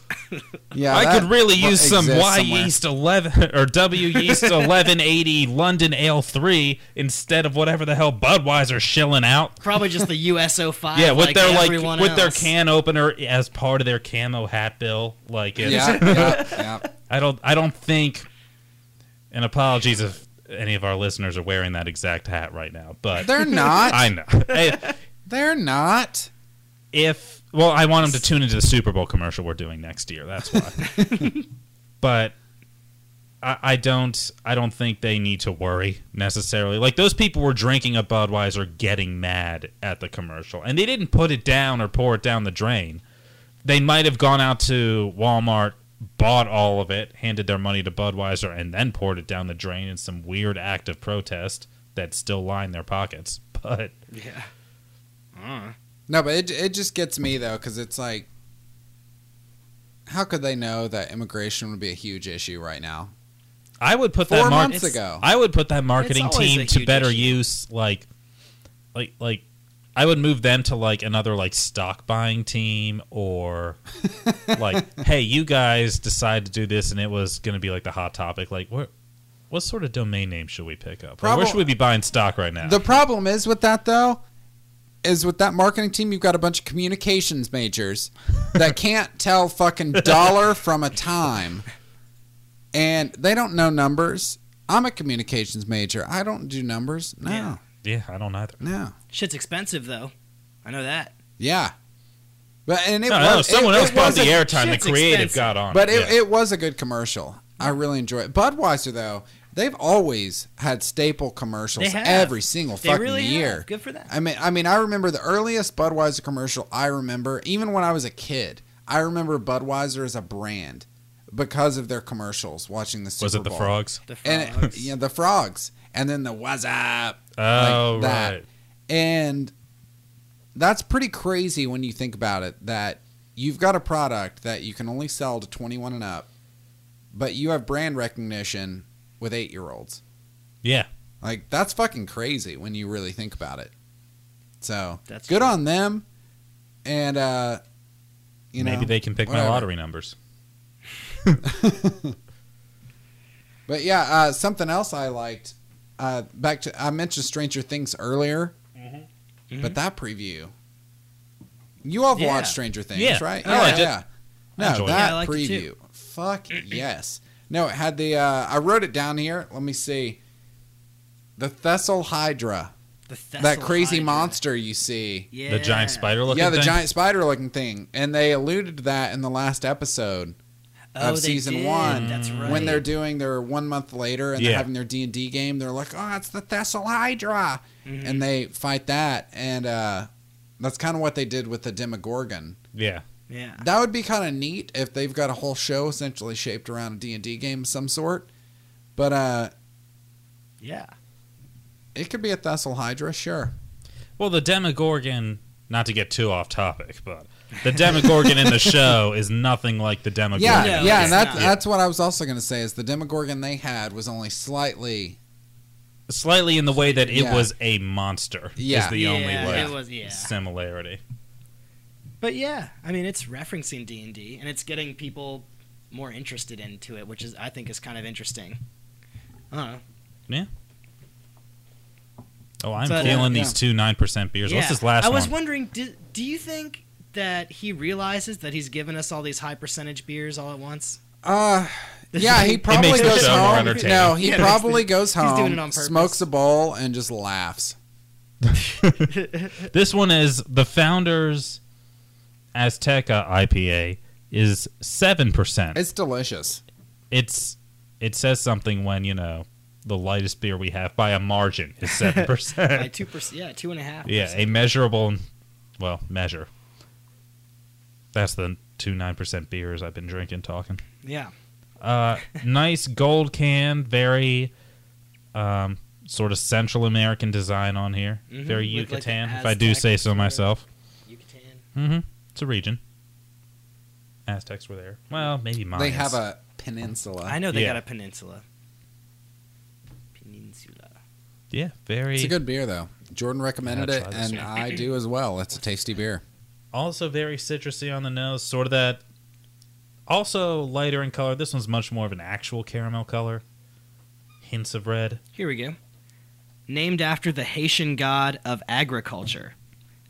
Yeah. I that could really mu- use some exists Y E somewhere. yeast eleven or W yeast eleven eighty London Ale three instead of whatever the hell Budweiser shilling out. Probably just the USO five. Yeah, with like their like everyone with their else. can opener as part of their camo hat bill. Like it's, Yeah, yeah, yeah. I don't I don't think and apologies if any of our listeners are wearing that exact hat right now, but They're not. I know. Hey, They're not. if well, I want them to tune into the Super Bowl commercial we're doing next year. That's why. but I, I don't. I don't think they need to worry necessarily. Like those people were drinking a Budweiser, getting mad at the commercial, and they didn't put it down or pour it down the drain. They might have gone out to Walmart, bought all of it, handed their money to Budweiser, and then poured it down the drain in some weird act of protest that still line their pockets. But Yeah. Uh, No, but it it just gets me though because it's like, how could they know that immigration would be a huge issue right now? I would put Four that mar- months ago. I would put that marketing It's always a team to huge better issue. use, like, like, like. I would move them to like another like stock buying team, or like, hey, you guys decide to do this, and it was going to be like the hot topic. Like, what, what sort of domain name should we pick up? Like, where Probab- should we be buying stock right now? The problem is with that though, is with that marketing team, you've got a bunch of communications majors that can't tell fucking dollar from a time, and they don't know numbers. I'm a communications major. I don't do numbers. No, Yeah. yeah, I don't either. no, shit's expensive though. I know that. yeah. But and it no, was no, someone it- else it bought was the a- airtime. The shit's creative expensive. got on, But it, Yeah. it was a good commercial. I really enjoyed it. Budweiser though, they've always had staple commercials They have. every single They fucking really have. year. Good for them. I mean, I mean, I remember the earliest Budweiser commercial. I remember even when I was a kid. I remember Budweiser as a brand because of their commercials. Watching the Super was it the Bowl. frogs? The frogs. And it, yeah, the frogs, and then the what's up, Oh, like that. right. and that's pretty crazy when you think about it. That you've got a product that you can only sell to 21 and up, but you have brand recognition with eight year olds. Yeah, Like that's fucking crazy when you really think about it. So That's good true. on them, and uh, you know maybe they can pick my whatever. lottery numbers. But yeah, uh, something else I liked. Uh, back to I mentioned Stranger Things earlier, but that preview. You all have Yeah. watched Stranger Things, Mm-hmm. Yeah. right? I liked it. I No, enjoyed it. Yeah, I that liked it preview. too. Fuck yes. No, it had the. Uh, I wrote it down here. Let me see. The Thessal Hydra, The that crazy Thessalonica. monster you see. Yeah. The giant spider looking. yeah, the thing? giant spider-looking thing, and they alluded to that in the last episode Oh, of they season did. one That's right. when they're doing their one month later and Yeah. they're having their d&d game they're like oh it's the thessal hydra Mm-hmm. Mm. and they fight that and uh, that's kind of what they did with the demogorgon Yeah, yeah. that would be kind of neat if they've got a whole show essentially shaped around a d&d game of some sort but uh, Yeah. it could be a thessal hydra sure Well, the Demogorgon, not to get too off topic, but the Demogorgon in the show is nothing like the Demogorgon. yeah No, yeah it's and that's, not. that's what i was also going to say is the demogorgon they had was only slightly Slightly in the way that it Yeah. was a monster is Yeah. the yeah, only like, It was, yeah. similarity. But yeah, I mean, it's referencing D and D, and it's getting people more interested into it, which is I think is kind of interesting. Uh-huh. I don't know. Oh, I'm But, uh, feeling yeah. these two 9% beers. Yeah. What's this last I was one? wondering, do, do you think that he realizes that he's given us all these high percentage beers all at once? Uh, yeah, he probably makes the goes show more home. entertaining. No, he Yeah, it makes probably the- goes he's doing home, it on purpose. smokes a bowl, and just laughs. this one is the founder's Azteca IPA is 7%. It's delicious. It's it says something when, you know, the lightest beer we have by a margin is 7%. By two percent, yeah, two and a half. Yeah, percent. a measurable, well, measure. That's the two nine percent beers I've been drinking, talking. yeah. Uh, nice gold can, very um, sort of Central American design on here. Mhm, Very with, like, the Yucatan, if I do Aztec say so sort of- myself. Yucatan. hmm It's a region. Aztecs were there. Well, maybe Mayans. They have a peninsula. I know they Yeah. got a peninsula. Peninsula. yeah, very it's a good beer though. Jordan recommended Yeah, it, try this and one. I do as well. It's a tasty beer. Also very citrusy on the nose, sort of that. Also lighter in color. This one's much more of an actual caramel color. Hints of red. Here we go. Named after the Haitian god of agriculture,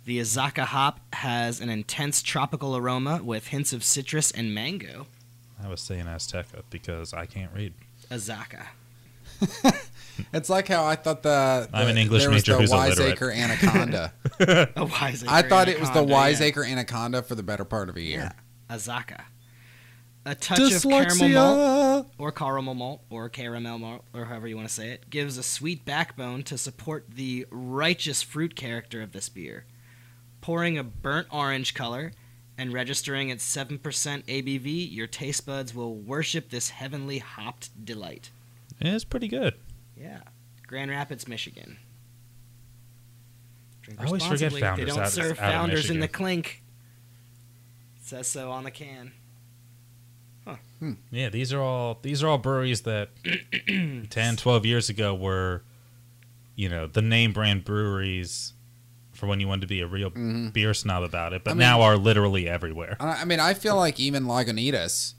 the Azaka hop has an intense tropical aroma with hints of citrus and mango. I was saying Azteca because I can't read. Azaka. It's like how I thought the, I'm the- an English there was major the who's illiterate. Wiseacre Anaconda. A wiseacre. I thought it was the anaconda, yeah. Wiseacre Anaconda for the better part of a year. Azaka. A touch of caramel malt or caramel malt or caramel malt or however you want to say it gives a sweet backbone to support the righteous fruit character of this beer. Pouring a burnt orange color and registering at 7% ABV, your taste buds will worship this heavenly hopped delight. It's pretty good. Yeah. Grand Rapids, Michigan. Drink I always forget responsibly. Founders They don't out- serve out of founders in Michigan. the clink. It says so on the can. Yeah, these are all these are all breweries that 10, 12 years ago were, you know, the name brand breweries for when you wanted to be a real Mhm. beer snob about it, but I mean- now are literally everywhere. I I mean, I feel like even Lagunitas,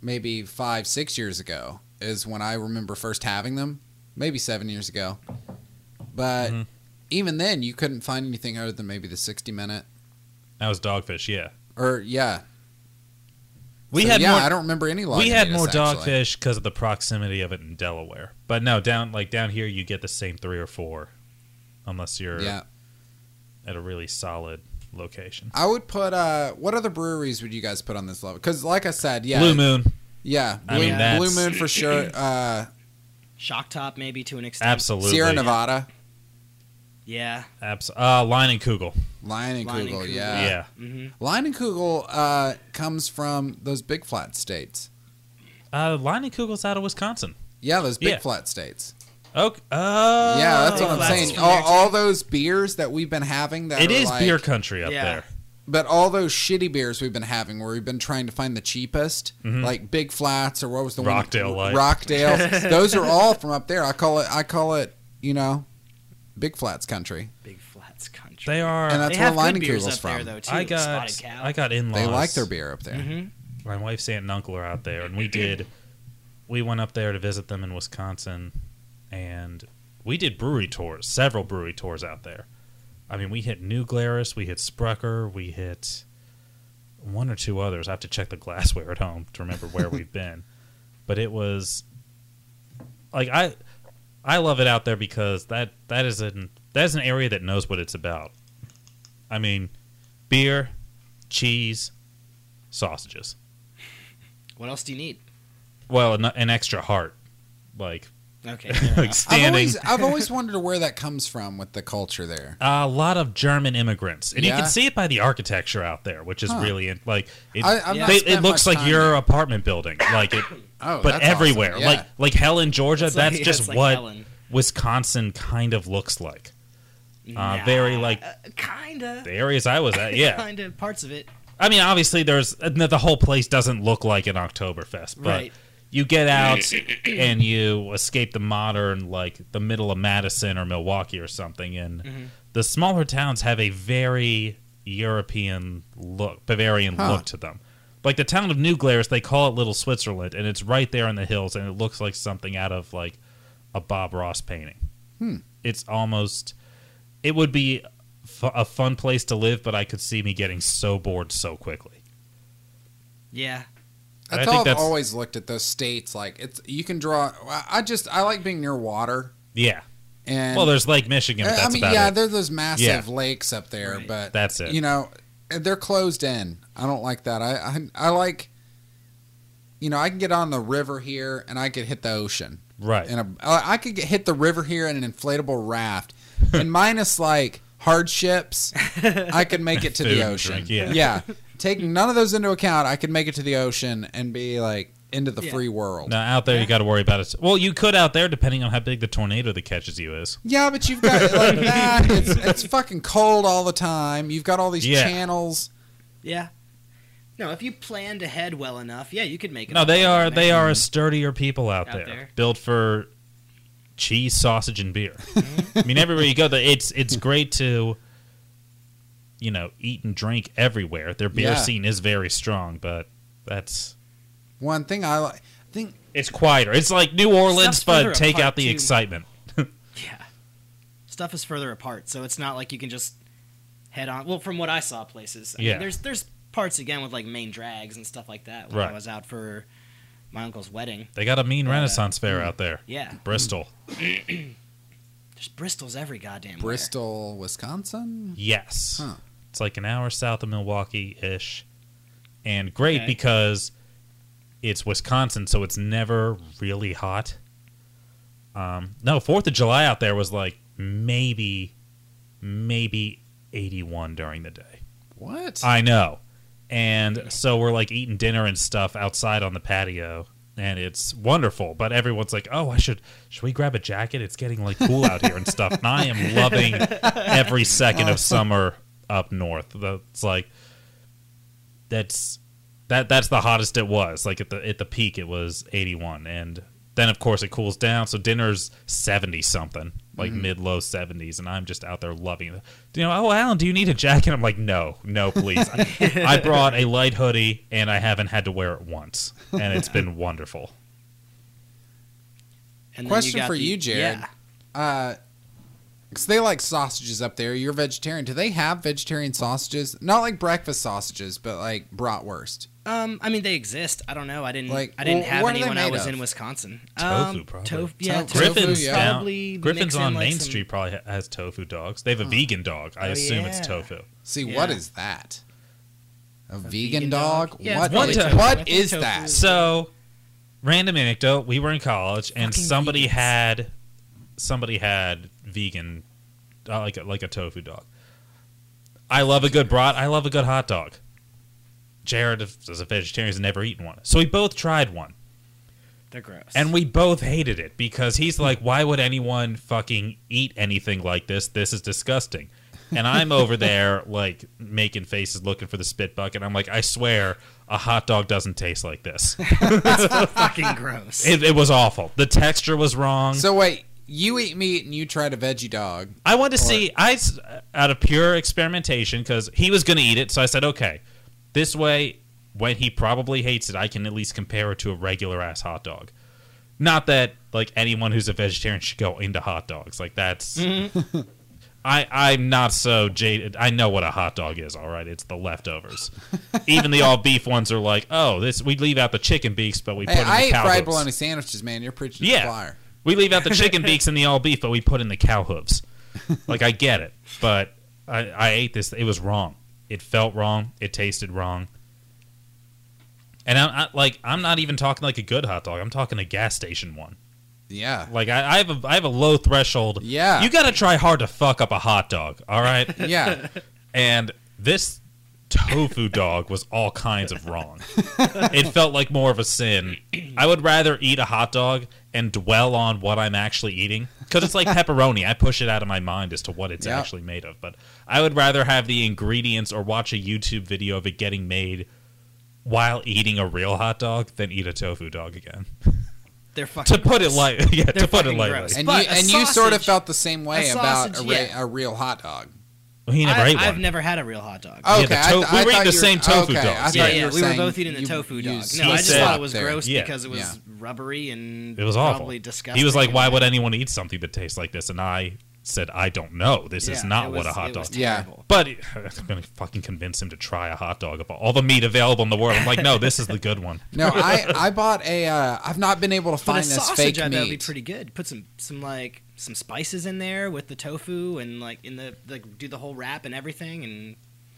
maybe five, six years ago, is when I remember first having them. Maybe seven years ago, but Mhm. even then, you couldn't find anything other than maybe the sixty minute That was Dogfish, yeah. or yeah. We So, had yeah. more I don't remember any. Lagunitas, we had more actually. dogfish because of the proximity of it in Delaware. But no, down like down here, you get the same three or four, unless you're Yeah, at a really solid location. I would put. uh What other breweries would you guys put on this level? Because, like I said, yeah, Blue Moon, yeah, Blue, I mean, that's- Blue Moon for sure. Uh, Shock top maybe to an extent. absolutely. Sierra Nevada, Yeah. Abs- uh, Line and Kugel. Lion and Lion and Kugel, Kugel. yeah. yeah, hmm Lion and Kugel uh, comes from those big flat states. uh, Line and Kugel's out of Wisconsin. Yeah, those big Yeah. flat states. Oh, oh yeah, that's what big I'm flats saying. from All, there, too. all those beers that we've been having that It are is like- beer country up Yeah. there. but all those shitty beers we've been having, where we've been trying to find the cheapest, Mhm. like Big Flats or what was the Rockdale one? Light. Rockdale. those are all from up there. I call it. I call it. You know, Big Flats country. Big flats country. They are. And that's they where have Lion good and beers Kugel's up there from. though too. I got. Spotted cow. I got in laws. They like their beer up there. Mm-hmm. hmm my wife's aunt and uncle are out there, and we did. We went up there to visit them in Wisconsin, and we did brewery tours, several brewery tours out there. I mean, we hit New Glarus, we hit Sprucker, we hit one or two others. I have to check the glassware at home to remember where we've been, but it was like I, I love it out there because that that is an that is an area that knows what it's about. I mean, beer, cheese, sausages What else do you need? well an, an extra heart like Okay. like I've standing always, I've always wondered where that comes from with the culture there. a lot of german immigrants and you Yeah. can see it by the architecture out there which is Huh. really in- like it, I- I've not they- spent it looks much like time your there. apartment building like it Oh, but that's awesome. everywhere Yeah. like like hell in georgia It's that's like- just it's like what Helen. wisconsin kind of looks like uh, very, like- uh, kinda. the areas i was at yeah kinda parts of it. i mean obviously there's the whole place doesn't look like an oktoberfest but Right. you get out and you escape the modern like the middle of madison or milwaukee or something and the smaller towns have a very european look bavarian Huh. look to them like the town of new glarus they call it little switzerland and it's right there in the hills and it looks like something out of like a bob ross painting it's almost it would be f- a fun place to live but i could see me getting so bored so quickly Yeah. I That's think how I've that's- always looked at those states. Like it's you can draw. I- I just I like being near water. yeah And well there's lake michigan but I that's mean, about yeah, it there's those massive Yeah. lakes up there, Right. but That's it. You know, they're closed in. I don't like that. I, I I like. You know, I can get on the river here, and I could hit the ocean. right And a, uh, I I could get, hit the river here in an inflatable raft, and minus like hardships, I could make it to Food the and ocean. drink, yeah. Taking none of those into account, I could make it to the ocean and be like into the Yeah. free world. No, out there you got to worry about it. Well, you could out there, depending on how big the tornado that catches you is. Yeah, but you've got like that. It's, it's fucking cold all the time. You've got all these Yeah. channels. Yeah. No, if you planned ahead well enough, yeah, you could make it. No, up they down are there. they are a sturdier people out, Mm-hmm. Out there, there. built for cheese, sausage, and beer. Mm-hmm. I mean, everywhere you go, the- it's it's great to you know eat and drink everywhere. Their beer Yeah. scene is very strong, but that's One thing I like, I think it's quieter. It's like New Orleans, Stuff's further but take apart, out the too. excitement. Yeah. Stuff is further apart, so it's not like you can just head on. Well, from what I saw, places. I mean, Yeah. there's there's parts again with like main drags and stuff like that. When I Right. was out for my uncle's wedding. They got a mean Yeah. Mm. Renaissance fair out there, Yeah. Bristol. There's Bristol's every goddamn. where. Bristol, Wisconsin. Yes. Huh. It's like an hour south of Milwaukee ish. And great Okay. because it's Wisconsin, so it's never really hot. Um, no, 4th of July out there was like maybe, maybe 81 during the day. What? I know. And so we're like eating dinner and stuff outside on the patio and it's wonderful. But everyone's like, "Oh, I should should we grab a jacket? It's getting like cool out here and stuff." And I am loving every second of summer up north. That's like that's that that's the hottest it was. Like at the at the peak, it was 81, and then of course it cools down. So dinner's 70 something, like Mm-hmm. mid low 70s, and I'm just out there loving it. You know, oh Alan, do you need a jacket? I'm like, no, no, please. I, I brought a light hoodie, and I haven't had to wear it once, and it's been wonderful. And then Question got for the- you, Jared. Yeah. Uh 'cause they like sausages up there. You're vegetarian. Do they have vegetarian sausages? Not like breakfast sausages, but like bratwurst. Um, I mean, they exist. I don't know. I didn't. Like, I didn't wh- have what are they any when I made was of? in Wisconsin. Tofu, um, probably. Tofu. Yeah, Tofu. tofu. Griffin's yeah. down. Probably Griffin's mix in, on like, Main some- Street probably ha- has tofu dogs. They have a vegan dog. I Oh, assume it's yeah. tofu. See, Yeah. what is that? A, vegan, vegan dog? dog? Yeah, what probably is, it's tofu. I what think is tofu that? is- So, random anecdote: We were in college, and Fucking somebody vegans. had somebody had vegan, uh, like a, like a tofu dog. I love a good brat. I love a good hot dog. Jared is a vegetarian; has never eaten one, so we both tried one, They're gross. and we both hated it because he's like, "Why would anyone fucking eat anything like this? This is disgusting." And I'm over there like making faces, looking for the spit bucket. I'm like, "I swear, a hot dog doesn't taste like this." fucking gross. It, it was awful. The texture was wrong. So wait, you eat meat and you tried a veggie dog. I wanted to see. I s- out of pure experimentation because he was going to eat it, so I said, okay, this way, when he probably hates it, I can at least compare it to a regular ass hot dog. Not that like anyone who's a vegetarian should go into hot dogs. Like that's. Mm-hmm. I, I'm not so jaded. I know what a hot dog is, all right? It's the leftovers. Even the all beef ones are like, oh, this we leave out the chicken beaks, but we Hey, put in I the ate cow fried hooves. bologna sandwiches, man. You're preaching to Yeah. the choir. We leave out the chicken beaks and the all beef, but we put in the cow hooves. Like I get it, but I, I ate this. It was wrong. It felt wrong. It tasted wrong. And I'm I, like, I'm not even talking like a good hot dog. I'm talking a gas station one. Yeah. Like I, I have a, I have a low threshold. Yeah. you got to try hard to fuck up a hot dog. All right. Yeah. and this tofu dog was all kinds of wrong. it felt like more of a sin. I would rather eat a hot dog and dwell on what I'm actually eating because it's like pepperoni. I push it out of my mind as to what it's Yeah. actually made of. But I would rather have the ingredients or watch a YouTube video of it getting made while eating a real hot dog than eat a tofu dog again. They're fucking. To put it gross. light, yeah, to They're put it fucking lightly, gross. And But you a and you sort of sausage- felt the same way a about a, sausage, re- yeah. a real hot dog. he never I've, ate I've one. never had a real hot dog. Okay, the I to- th- we I were eating thought the you same tofu okay, I dogs. thought yeah, you yeah, were we were saying both eating the you- tofu you dog. s- No, I just said- thought it was there. gross Yeah. because it was rubbery and It was awful. probably disgusting. He was like, "Why would anyone eat something that tastes like this?" And I said, "I don't know. This Yeah, is not it what a was- hot it dog." was is." Yeah. terrible. But I'm gonna fucking convince him to try a hot dog of all the meat available in the world. I'm like, no, this is the good one. No, I, I bought a. Uh, I've not been able to But find a this sausage, fake I bet, would be meat. pretty good. Put some some like some spices in there with the tofu and like in the like do the whole wrap and everything and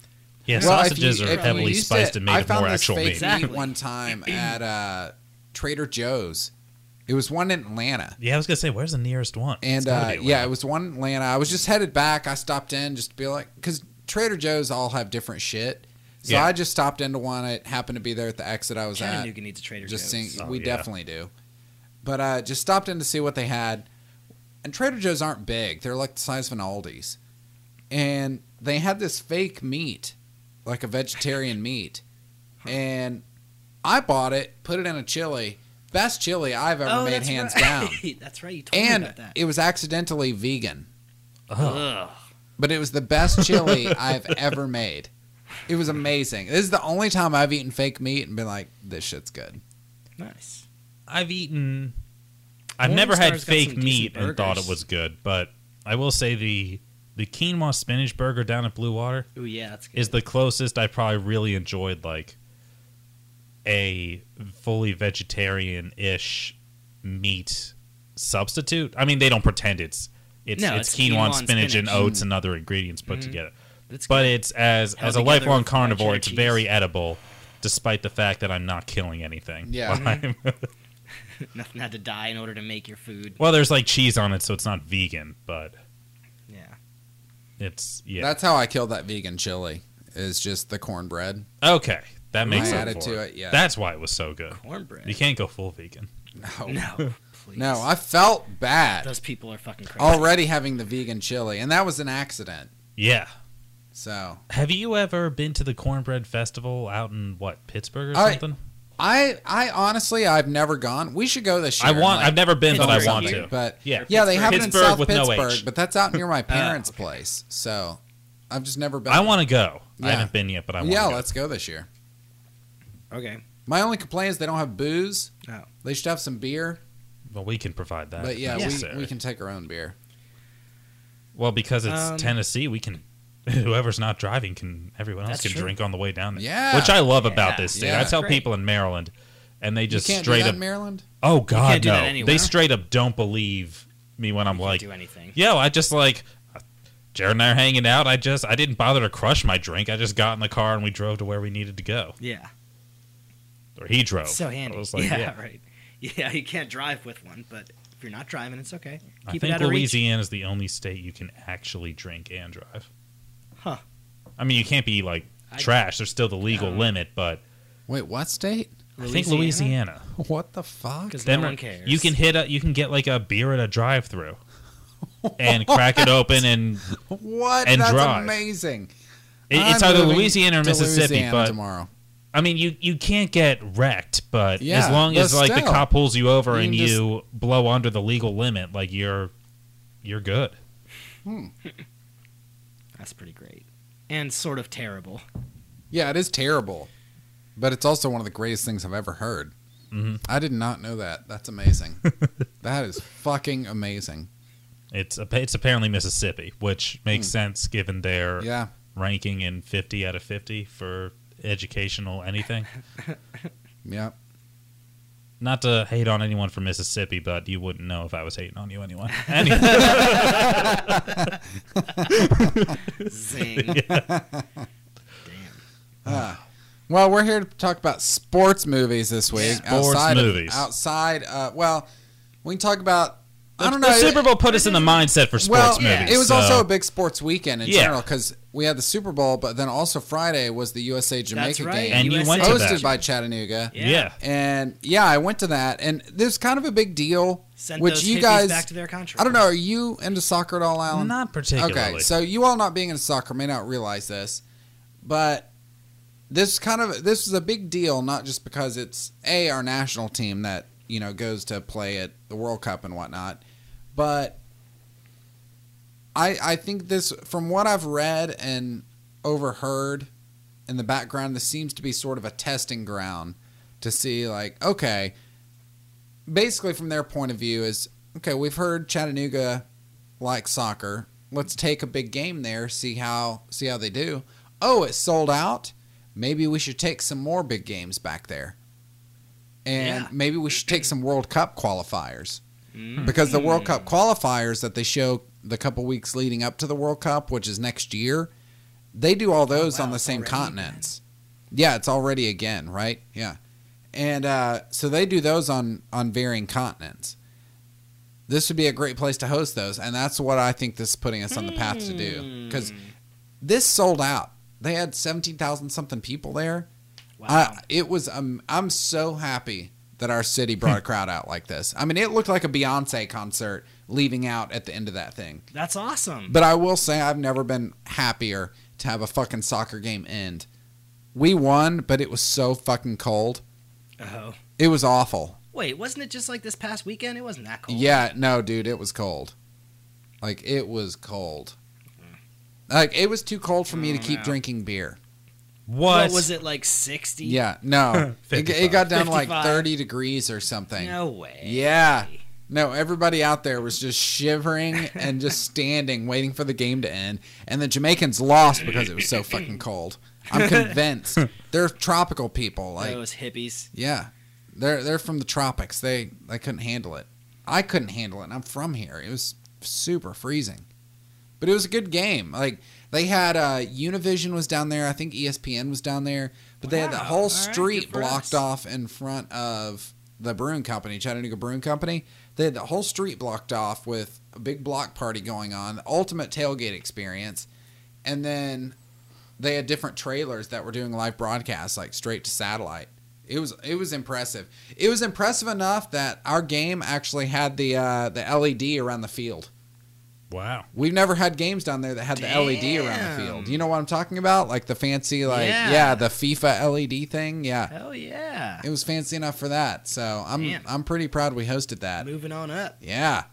Yeah, Well, if sausages you- are if you heavily used spiced it- and made I of found more this actual fake meat. Exactly. meat one time at uh, Trader Joe's. It was one in Atlanta. Yeah, I was gonna say, where's the nearest one? It's And gotta uh, be yeah, around. it was one in Atlanta. I was just headed back. I stopped in just to be like, because Trader Joe's all have different shit. So Yeah. I just stopped into one. It happened to be there at the exit I was at. Chattanooga needs a Trader just Joe's. seeing, Oh, we yeah. definitely do. But uh, just stopped in to see what they had. And Trader Joe's aren't big; they're like the size of an Aldi's. And they had this fake meat, like a vegetarian meat. And I bought it, put it in a chili. Best chili I've ever oh, made, that's hands down. right. that's right. You told me And about that. it was accidentally vegan, Ugh. but it was the best chili I've ever made. It was amazing. This is the only time I've eaten fake meat and been like, "This shit's good." Nice. I've eaten. I've Morningstar's never had got fake some decent meat and thought it burgers. was good, but I will say the the quinoa spinach burger down at Blue Water. Ooh yeah, that's good. is the closest I probably really enjoyed like a fully vegetarian ish meat substitute. I mean, they don't pretend it's it's No, it's, it's quinoa, and quinoa and spinach, and spinach. oats and other ingredients put together. That's But it's as Held as a together lifelong with fried carnivore, cheddar it's cheese. very edible, despite the fact that I'm not killing anything. Yeah. While I'm- Mm-hmm. good. nothing had to die in order to make your food. well, there's like cheese on it, so it's not vegan, but Yeah. it's yeah. That's how I killed that vegan chili. Is just the cornbread. okay. That makes I up added for to it. it, yeah. That's why it was so good. Cornbread. You can't go full vegan. No, No, please. no, I felt bad Those people are fucking crazy. already having the vegan chili, and that was an accident. Yeah. So Have you ever been to the cornbread festival out in what Pittsburgh or I- something? I, I honestly, I've never gone. We should go this I year. want. like, I've never been, but I film want something, to. But Yeah. yeah, they have it in Pittsburgh South with no Pittsburgh, H. Oh, but that's out near my parents' place. So I've just never been. I want to go. I Yeah. haven't been yet, but I want. yeah, to go. let's go this year. Okay. My only complaint is they don't have booze. Oh. They should have some beer, Well, we can provide that. but if yeah, necessary. we, we can take our own beer. Well, because it's Um, Tennessee, we can. Whoever's not driving can. Everyone else That's can true. drink on the way down. there. Yeah. which I love about Yeah. this state. Yeah. I tell Great. people in Maryland, and they just you can't straight do that up. in Maryland. oh God, do no! that anywhere. They straight up don't believe me when I'm Can't like, do anything. yo, I just like. Jared and I are hanging out. I just I didn't bother to crush my drink. I just got in the car and we drove to where we needed to go, Yeah. or he drove. so handy. I was like, yeah, yeah. Right. Yeah. You can't drive with one, but if you're not driving, it's okay. Keep I it think out of reach. Louisiana is the only state you can actually drink and drive. Huh. I mean, you can't be like I- trash. There's still the legal No. limit, but Wait, what state? I think Louisiana. What the fuck? Because no Them one are- cares. You can hit a, you can get like a beer at a drive-through and crack it open and What? And That's drive. amazing. it, it's I'm either moving Louisiana or to Mississippi, Louisiana but tomorrow. I mean, you you can't get wrecked, but Yeah, as long but as like the still. cop pulls you over You and can you blow under the legal limit, like you're you're good. That's pretty great. And sort of terrible. Yeah, it is terrible, but it's also one of the greatest things I've ever heard. Mhm. I did not know that. That's amazing. that is fucking amazing. It's a, it's apparently Mississippi, which makes sense given their Hmm. Yeah. ranking in 50 out of 50 for educational anything. Yeah. Not to hate on anyone from Mississippi, but you wouldn't know if I was hating on you anyway. Anyway, Zing. Well, we're here to talk about sports movies this week. Sports outside of- movies. outside. Uh, well, we can talk about. I don't know. the Super it- Bowl put us in the mindset for sports well, movies. it was so- also a big sports weekend in Yeah. general because we had the Super Bowl, but then also Friday was the USA That's Jamaica right. game And you USA. went to hosted that. by Chattanooga. Yeah. yeah. And yeah, I went to that, and there's kind of a big deal. Sent which those you hippies guys, back to their country. I don't know. Are you into soccer at all, Alan? Not particularly. Okay, so you all not being into soccer may not realize this, but this kind of this is a big deal, not just because it's a our national team that you know goes to play at the World Cup and whatnot, but I I think this from what I've read and overheard in the background, this seems to be sort of a testing ground to see like okay, basically from their point of view is okay. We've heard Chattanooga like soccer. Let's take a big game there, see how see how they do. Oh, it's sold out. Maybe we should take some more big games back there. And Yeah. maybe we should take some World Cup qualifiers. Hmm. Mm. Because the World Cup qualifiers that they show the couple weeks leading up to the World Cup, which is next year, they do all those Oh, wow, on the it's same already continents. Yeah, it's already again, right? Yeah. And uh, so they do those on, on varying continents. This would be a great place to host those. And that's what I think this is putting us on the path to do. Because this sold out. They had 17,000 something people there. Wow. I, it was um, I'm so happy that our city brought a crowd out like this. I mean, it looked like a Beyonce concert leaving out at the end of that thing. That's awesome. But I will say I've never been happier to have a fucking soccer game end. We won, but it was so fucking cold. Oh. It was awful. Wait, wasn't it just like this past weekend? It wasn't that cold. Yeah, no, dude, it was cold. Like it was cold. Like it was too cold for me to Oh, keep no. drinking beer. What? What was it like 60? Yeah, no. it, it got down to like 55. 30 degrees or something. No way. Yeah. No, everybody out there was just shivering and just standing, waiting for the game to end. And the Jamaicans lost because it was so fucking cold. I'm convinced they're tropical people. Like, Those hippies. yeah, they're they're from the tropics. They they couldn't handle it. I couldn't handle it. And I'm from here. It was super freezing, but it was a good game. Like they had uh, Univision was down there. I think E ESPN was down there. But they had the Wow. whole All right, good street for blocked us. off in front of the brewing company, Chattanooga Brewing Company. They had the whole street blocked off with a big block party going on, the ultimate tailgate experience. And then they had different trailers that were doing live broadcasts like straight to satellite. It was it was impressive. It was impressive enough that our game actually had the uh, the LED around the field. Wow. We've never had games down there that had the LED around the Damn. field. You know what I'm talking about? Like the fancy like yeah, Yeah. the FIFA LED thing. Yeah. Hell yeah. It was fancy enough for that. So I'm Damn. I'm pretty proud we hosted that. Moving on up. Yeah.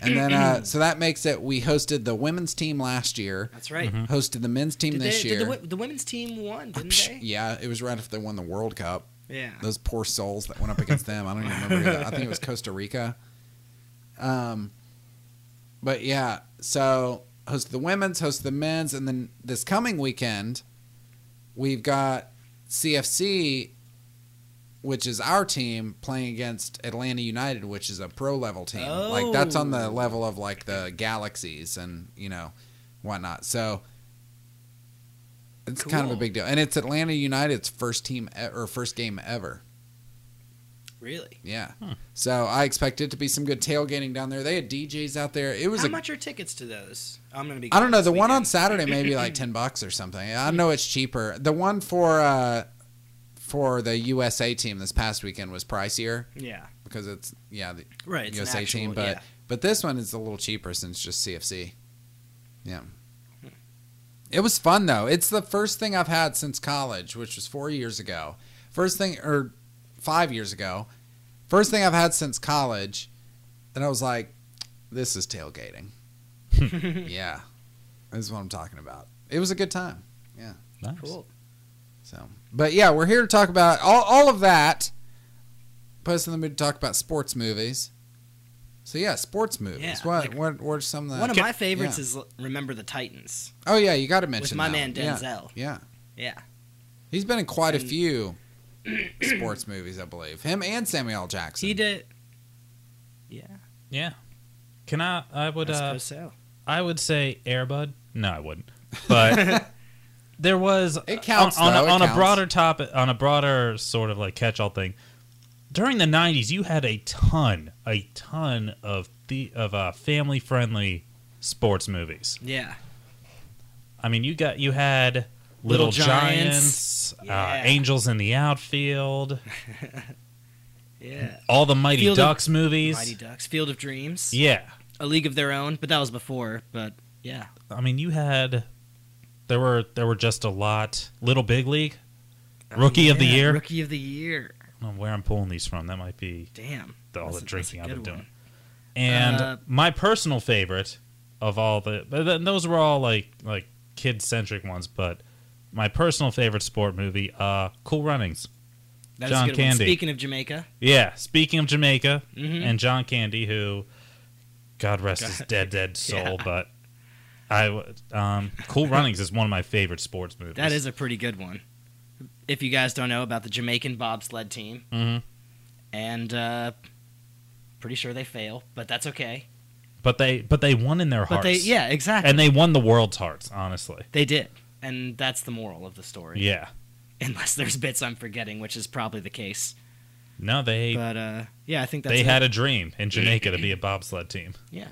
And then uh, so that makes it we hosted the women's team last year, That's right. Mm-hmm. hosted the men's team Did, they, this did year. the, wo- the women's team won, didn't Psh, they? Yeah, it was right after they won the World Cup. Yeah. Those poor souls that went up against them. I don't even remember. who that- I think it was Costa Rica. Um, but yeah, so host the women's, host the men's, and then this coming weekend, we've got CFC, which is our team playing against Atlanta United, which is a pro level team. Like that's on the Oh. level of like the Galaxies and you know whatnot. So it's kind of a Cool. big deal, and it's Atlanta United's first team e- or first game ever. Really? Yeah. So I expect it to be some good tailgating down there. They had DJs out there. It was How a much are tickets to those? I'm gonna be. I don't know. gone The this one on weekend. Saturday may be like ten bucks or something. I Hmm. know it's cheaper. The one for uh, for the USA team this past weekend was pricier Yeah. because it's yeah the Right. It's USA an actual, team, but yeah. but this one is a little cheaper since it's just CFC. Yeah. It was fun though. It's the first thing I've had since college, which was four years ago. First thing or five years ago. First thing I've had since college, and I was like, "This is tailgating." yeah, this is what I'm talking about. It was a good time. Nice. Cool. So, but yeah, we're here to talk about all, all of that. Post in the mood to talk about sports movies. So yeah, sports movies. Yeah, what, like- what what are some of the? One of Okay. my favorites uh, Yeah. is L- Remember the Titans oh yeah, you got to with mention my that man one. Yeah. Denzel. Yeah. Yeah. he's been in quite a And- few sports movies, I believe. Him and Samuel L. Jackson. He did. Yeah. Yeah. Can I? I would. I Uh, suppose so. I would say Airbud. No, I wouldn't. But there was It counts, on, on, though. a, It on counts. a broader topic, on a broader sort of like catch-all thing. During the '90s, you had a ton, a ton of the of uh, family-friendly sports movies. Yeah. I mean, you got you had Little, Little Giants, Giants. uh, Yeah. Angels in the Outfield, Yeah. all the Mighty Field of- Ducks movies. Mighty Ducks, Field of Dreams, yeah, A League of Their Own, but that was before. But yeah. I mean, you had there were there were just a lot. Little Big League, Rookie of the Yeah, Year. Rookie of the Year. Oh, I don't know where I'm pulling these from. That might be Damn. the, all the That's a- that's a drinking I've been good doing. one. And Uh, my personal favorite of all the, but then those were all like like kid centric ones. But my personal favorite sport movie, uh, Cool Runnings. That is John a good one. Candy. Speaking of Jamaica, Yeah. Speaking of Jamaica Mhm. and John Candy, who, Mm-hmm. God rest his dead dead soul, Yeah. but I w- um, Cool Runnings is one of my favorite sports movies. that is a pretty good one. If you guys don't know about the Jamaican bobsled team, Mhm. and uh, pretty sure they fail, but that's okay. But they but they won in their But hearts. they, yeah, exactly. And they won the world's hearts. Honestly. They did. And that's the moral of the story. Yeah. Unless there's bits I'm forgetting, which is probably the case. No, they But uh, yeah, I think that's they it. had a dream in Jamaica to be a bobsled team. yeah.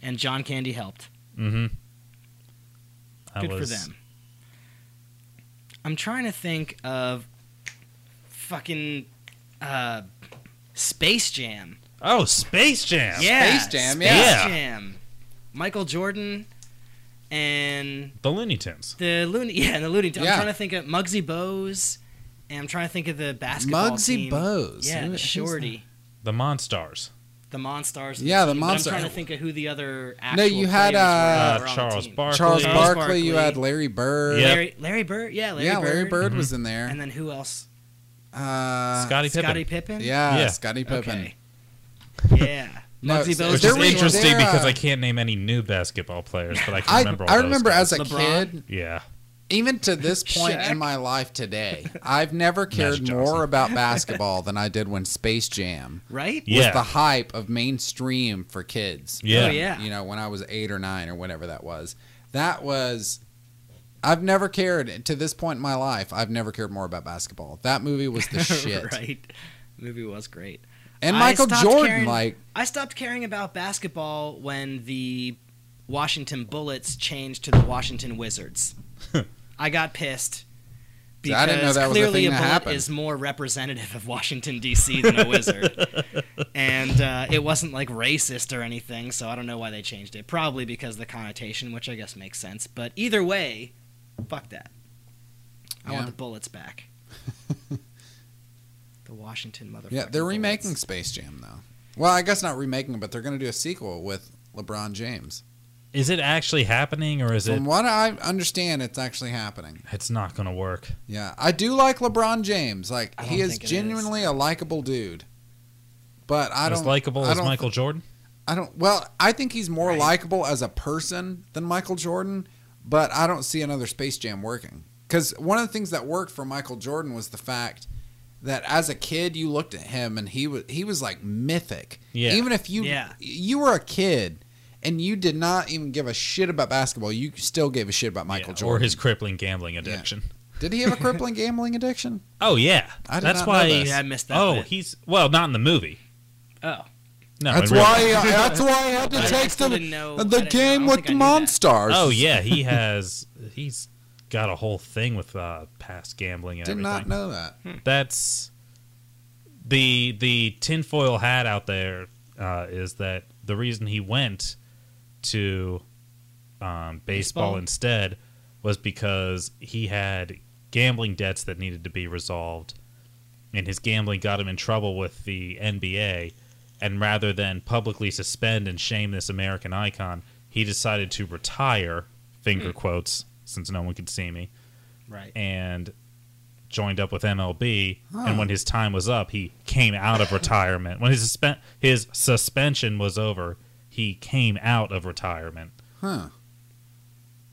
And John Candy helped. Mm-hmm. Good for them. I'm trying to think of fucking uh, Space Jam. Oh, Space Jam. yeah, Space Jam, Space yeah. Jam. Michael Jordan and The Looney Tunes. the Looney. Yeah, and the Looney. Tunes. Yeah. I'm trying to think of Muggsy Bowes. And I'm trying to think of the basketball Muggsy team. Bowes. Yeah, Who- the who's shorty. The Monstars. the Monstars. and Yeah, the team, but Monster- I'm trying to think of who the other actual No, you had, players uh, were that were Uh, on Charles the team. Barkley. that? Charles Charles Barkley, Barkley. You had Larry Bird. Yep. Larry, Larry Bird. Yeah, Larry yeah, Bird. Larry Bird Mhm. was in there. And then who else? uh, Scotty Pippen. Scottie Pippen. Yeah, Yeah. Scotty Pippen. Okay. Yeah. No, Muggsy so- Bogues. Which There is was- interesting there, uh, because I can't name any new basketball players, but I can I, remember all I those remember guys. as a LeBron. kid, Yeah. even to this point Shaq. in my life today, I've never cared Johnson. more about basketball than I did when Space Jam Right? Yeah. was the hype of mainstream for kids. Yeah. Oh, yeah. You know, when I was eight or nine or whatever that was. That was. I've never cared to this point in my life. I've never cared more about basketball. That movie was the shit. right. Movie was great. And I Michael stopped Jordan, caring- like, I stopped caring about basketball when the Washington Bullets changed to the Washington Wizards. I I got pissed See, because I didn't know that was a clearly thing that bullet happened. is more representative of Washington D.C. than a wizard, and uh, it wasn't like racist or anything. So I don't know why they changed it. Probably because the connotation, which I guess makes sense. But either way, fuck that. I Yeah. want the bullets back. the Washington motherfucker. Yeah, they're remaking Space Jam though. Well, I guess not remaking, it, but they're going to do a sequel with LeBron James. Is it actually happening or is it? From what I understand, it's actually happening. It's not going to work. Yeah, I do like LeBron James. Like I don't he is think it is. genuinely a likable dude. But I don't as likable I as don't- Michael Jordan. I don't. Well, I think he's more Right. likable as a person than Michael Jordan, but I don't see another Space Jam working. Because one of the things that worked for Michael Jordan was the fact that as a kid you looked at him and he was he was like mythic. Yeah. Even if you Yeah. you were a kid and you did not even give a shit about basketball, you still gave a shit about Michael Yeah, or Jordan. his crippling gambling addiction. did he have a crippling gambling addiction? Oh yeah, I did that's not know why. this. Yeah, I missed that. oh, bit. he's well, not in the movie. oh, No, That's in real why. uh, life. that's why I had to I take still the didn't know- I the didn't- I game don't with think I the knew that. Monstars. Oh yeah, he has. He's got a whole thing with uh, past gambling and Did everything. not know that. That's the the tinfoil hat out there uh, is that the reason he went to um, baseball, Baseball? instead was because he had gambling debts that needed to be resolved, and his gambling got him in trouble with the NBA. And rather than publicly suspend and shame this American icon, he decided to retire, finger quotes, since no one could see me right. and joined up with MLB. Huh. And when his time was up, he came out of retirement. When his suspen- his suspension was over, he came out of retirement. Huh.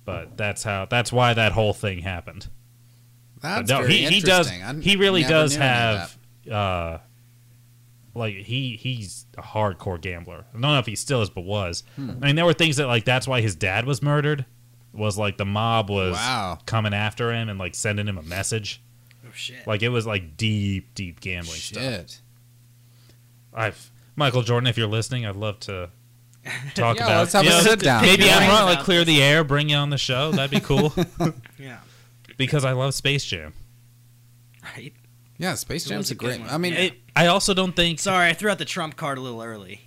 But that's how that's why that whole thing happened. That's no, very he, he does. interesting. I he really never does knew any of have, uh, like he he's a hardcore gambler. I don't know if he still is, but was. Hmm. I mean, there were things that like that's why his dad was murdered. Was like the mob was Wow. coming after him and like sending him a message. Oh shit. Like it was like deep, deep gambling stuff. Shit. I've Michael Jordan, if you're listening, I'd love to talk Yeah, about. let's have you a know, sit down. Maybe Your I'm brains wrong. Like out. clear the air, bring you on the show. That'd be cool yeah. because I love Space Jam. Right. Yeah, Space It Jam's was a a good great. one. I mean, Yeah. It, I also don't think Sorry, I threw out the trump card a little early.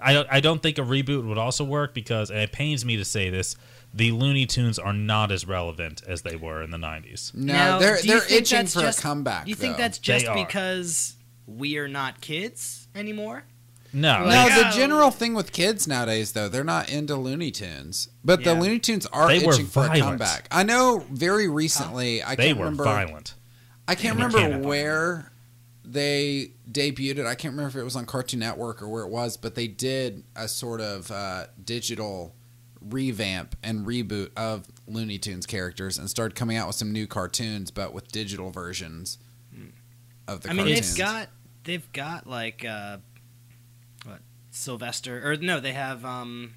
I don't, I don't think a reboot would also work because, and it pains me to say this, the Looney Tunes are not as relevant as they were in the '90s. no, Now, they're do you they're think itching that's for just- a comeback. Do you think though. that's They just are. because we are not kids anymore? No, No, they- no? The Oh. general thing with kids nowadays, though, they're not into Looney Tunes, but the Yeah. Looney Tunes are They were itching for a violent. comeback. I know. Very recently, I they can't were remember. violent. I can't And they remember can't where they debuted it. I can't remember if it was on Cartoon Network or where it was, but they did a sort of uh, digital revamp and reboot of Looney Tunes characters and started coming out with some new cartoons, but with digital versions Hmm. of the I mean, cartoons. they've got they've got like uh, what Sylvester or no, they have um.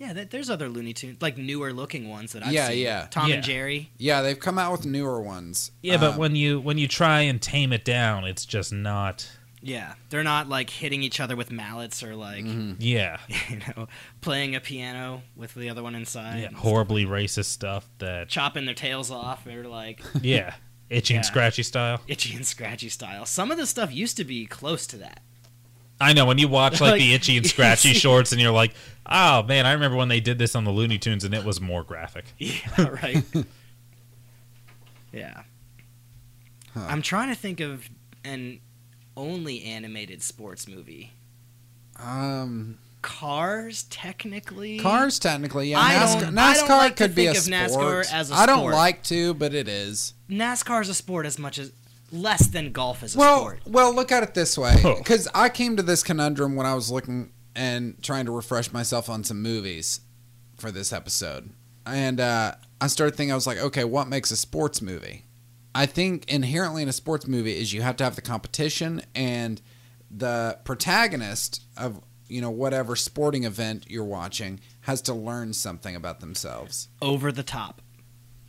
Yeah, th- there's other Looney Tunes, like newer looking ones that I've Yeah, seen. yeah. Tom Yeah. and Jerry. yeah, they've come out with newer ones. Yeah, but Um, when you when you try and tame it down, it's just not. Yeah, they're not like hitting each other with mallets or like Mm-hmm. Yeah, you know playing a piano with the other one inside, yeah and horribly racist stuff that chopping their tails off. They're like Yeah. Itchy Yeah. and scratchy style. itchy and scratchy style. Some of the stuff used to be close to that. I know when you watch like, Like, the itchy and you scratchy see- shorts, and you're like, "Oh man, I remember when they did this on the Looney Tunes, and it was more graphic." Yeah, right. yeah. I'm trying to think of an only animated sports movie. um, Cars, technically. cars technically, yeah, I NASCAR, don't- NASCAR I don't like to could be a think of sport. NASCAR as a I don't sport. like to, but it is. NASCAR's a sport as much as less than golf is a well, sport. Well, look at it this way. Oh. Because I came to this conundrum when I was looking and trying to refresh myself on some movies for this episode. And uh, I started thinking, I was like, okay, what makes a sports movie? I think inherently in a sports movie is you have to have the competition and the protagonist of you know whatever sporting event you're watching has to learn something about themselves. Over the top.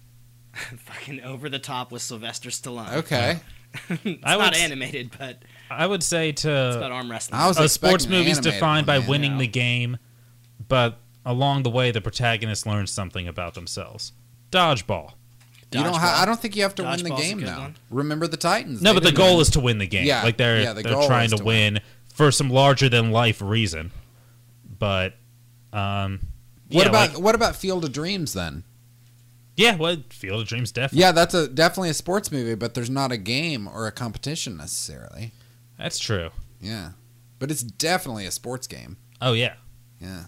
Fucking over the top with Sylvester Stallone. Uh, Okay, it's I not would s- Uh, animated, but I would say it's about to arm wrestling. I was a sports expecting an movie's animated defined one, by man. winning Yeah. the game, but along the way, the protagonist learns something about themselves. Dodgeball. You don't ha- I don't think you have to win the Dodgeball's a game good now. one. Remember the Titans. No, they but the didn't goal win. is to win the game. Yeah, Like they're yeah, the they're goal trying is to to win for some larger than life reason. But um What yeah, about like- what about Field of Dreams then? Yeah, well Field of Dreams definitely Yeah, that's a definitely a sports movie, but there's not a game or a competition necessarily. that's true. Yeah, but it's definitely a sports game. Oh yeah. Yeah,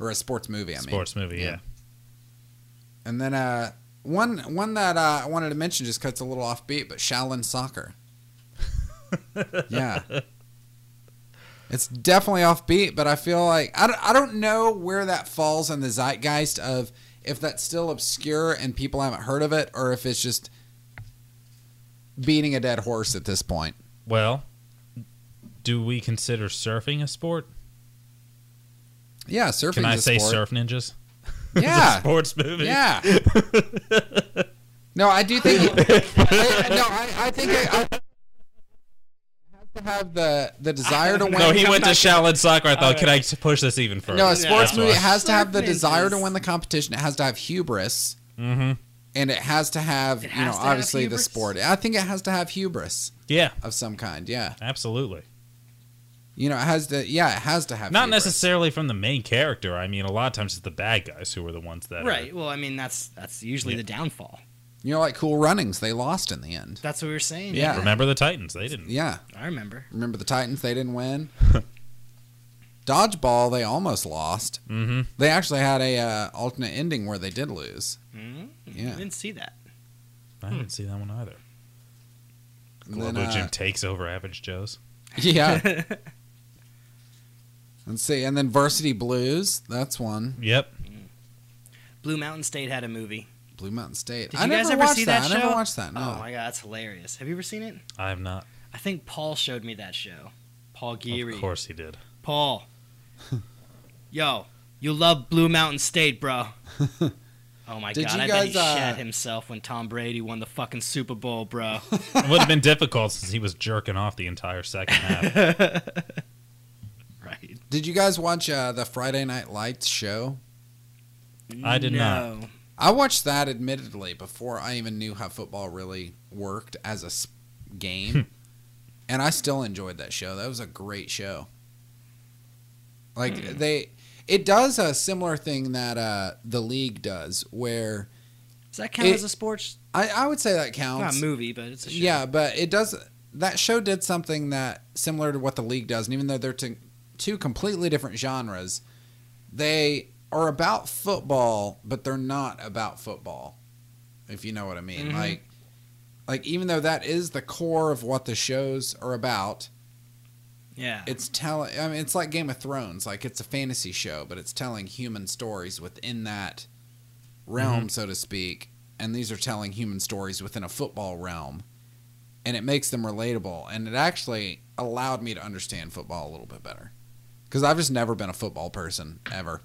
or a sports movie. I mean, Sports movie, yeah. And then uh, one one that uh, I wanted to mention just 'cause it's a little offbeat, but Shaolin Soccer. yeah, it's definitely offbeat, but I feel like I don't, I don't know where that falls in the zeitgeist of if that's still obscure and people haven't heard of it, or if it's just beating a dead horse at this point. Well, do we consider surfing a sport? Yeah, surfing. Can I say sport. surf ninjas? Yeah. sports movie. Yeah. no, I do think. I, no, I, I think it I, has to have the the desire to win. No, he went to Shaolin soccer. I thought, could I s- push this even further? No, a sports That's movie why. it has to have the Surfing desire to is- win the competition. It has to have hubris, Mhm. and it has to have It you know has to have obviously the hubris? sport. I think it has to have hubris Yeah, of some kind. Yeah, absolutely. you know, it has to. Yeah, it has to have. Not hubris. necessarily from the main character. I mean, a lot of times it's the bad guys who are the ones that. are- Right. Well, I mean that's that's usually Yeah. the downfall. You know, like Cool Runnings, they lost in the end. That's what we were saying. Yeah. Remember the Titans? They didn't. Yeah, I remember. remember the Titans? They didn't win. Dodgeball, they almost lost. Mm-hmm. They actually had a uh, alternate ending where they did lose. mm Yeah. I didn't see that. I didn't see that one either. And Globo then, uh, Jim takes over Average Joe's. Yeah. Let's see. And then Varsity Blues. That's one. Yep. Blue Mountain State had a movie. Blue Mountain State. Did I you never guys ever watched see that. that I never show? watched that. No. Oh my god, that's hilarious. Have you ever seen it? I have not. I think Paul showed me that show. Paul Geary. Of course he did. Paul. Yo, you love Blue Mountain State, bro. Oh my Did god, you I bet he guys, uh, shat himself when Tom Brady won the fucking Super Bowl, bro. It would have been difficult since he was jerking off the entire second half. right. Did you guys watch uh, the Friday Night Lights show? I did no. not. I watched that admittedly before I even knew how football really worked as a s- game. and I still enjoyed that show. That was a great show. Like they it does a similar thing that uh the league does where Does that count It- as a sports? I, I would say that Not counts. a movie, but it's a show. Yeah, but it does. That show did something that similar to what the league does, and even though they're two, two completely different genres, they are about football, but they're not about football. If you know what I mean, Mhm. like, like even though that is the core of what the shows are about, Yeah. it's telling. I mean, it's like Game of Thrones. Like it's a fantasy show, but it's telling human stories within that realm, Mm-hmm. so to speak. And these are telling human stories within a football realm, and it makes them relatable. And it actually allowed me to understand football a little bit better because I've just never been a football person ever.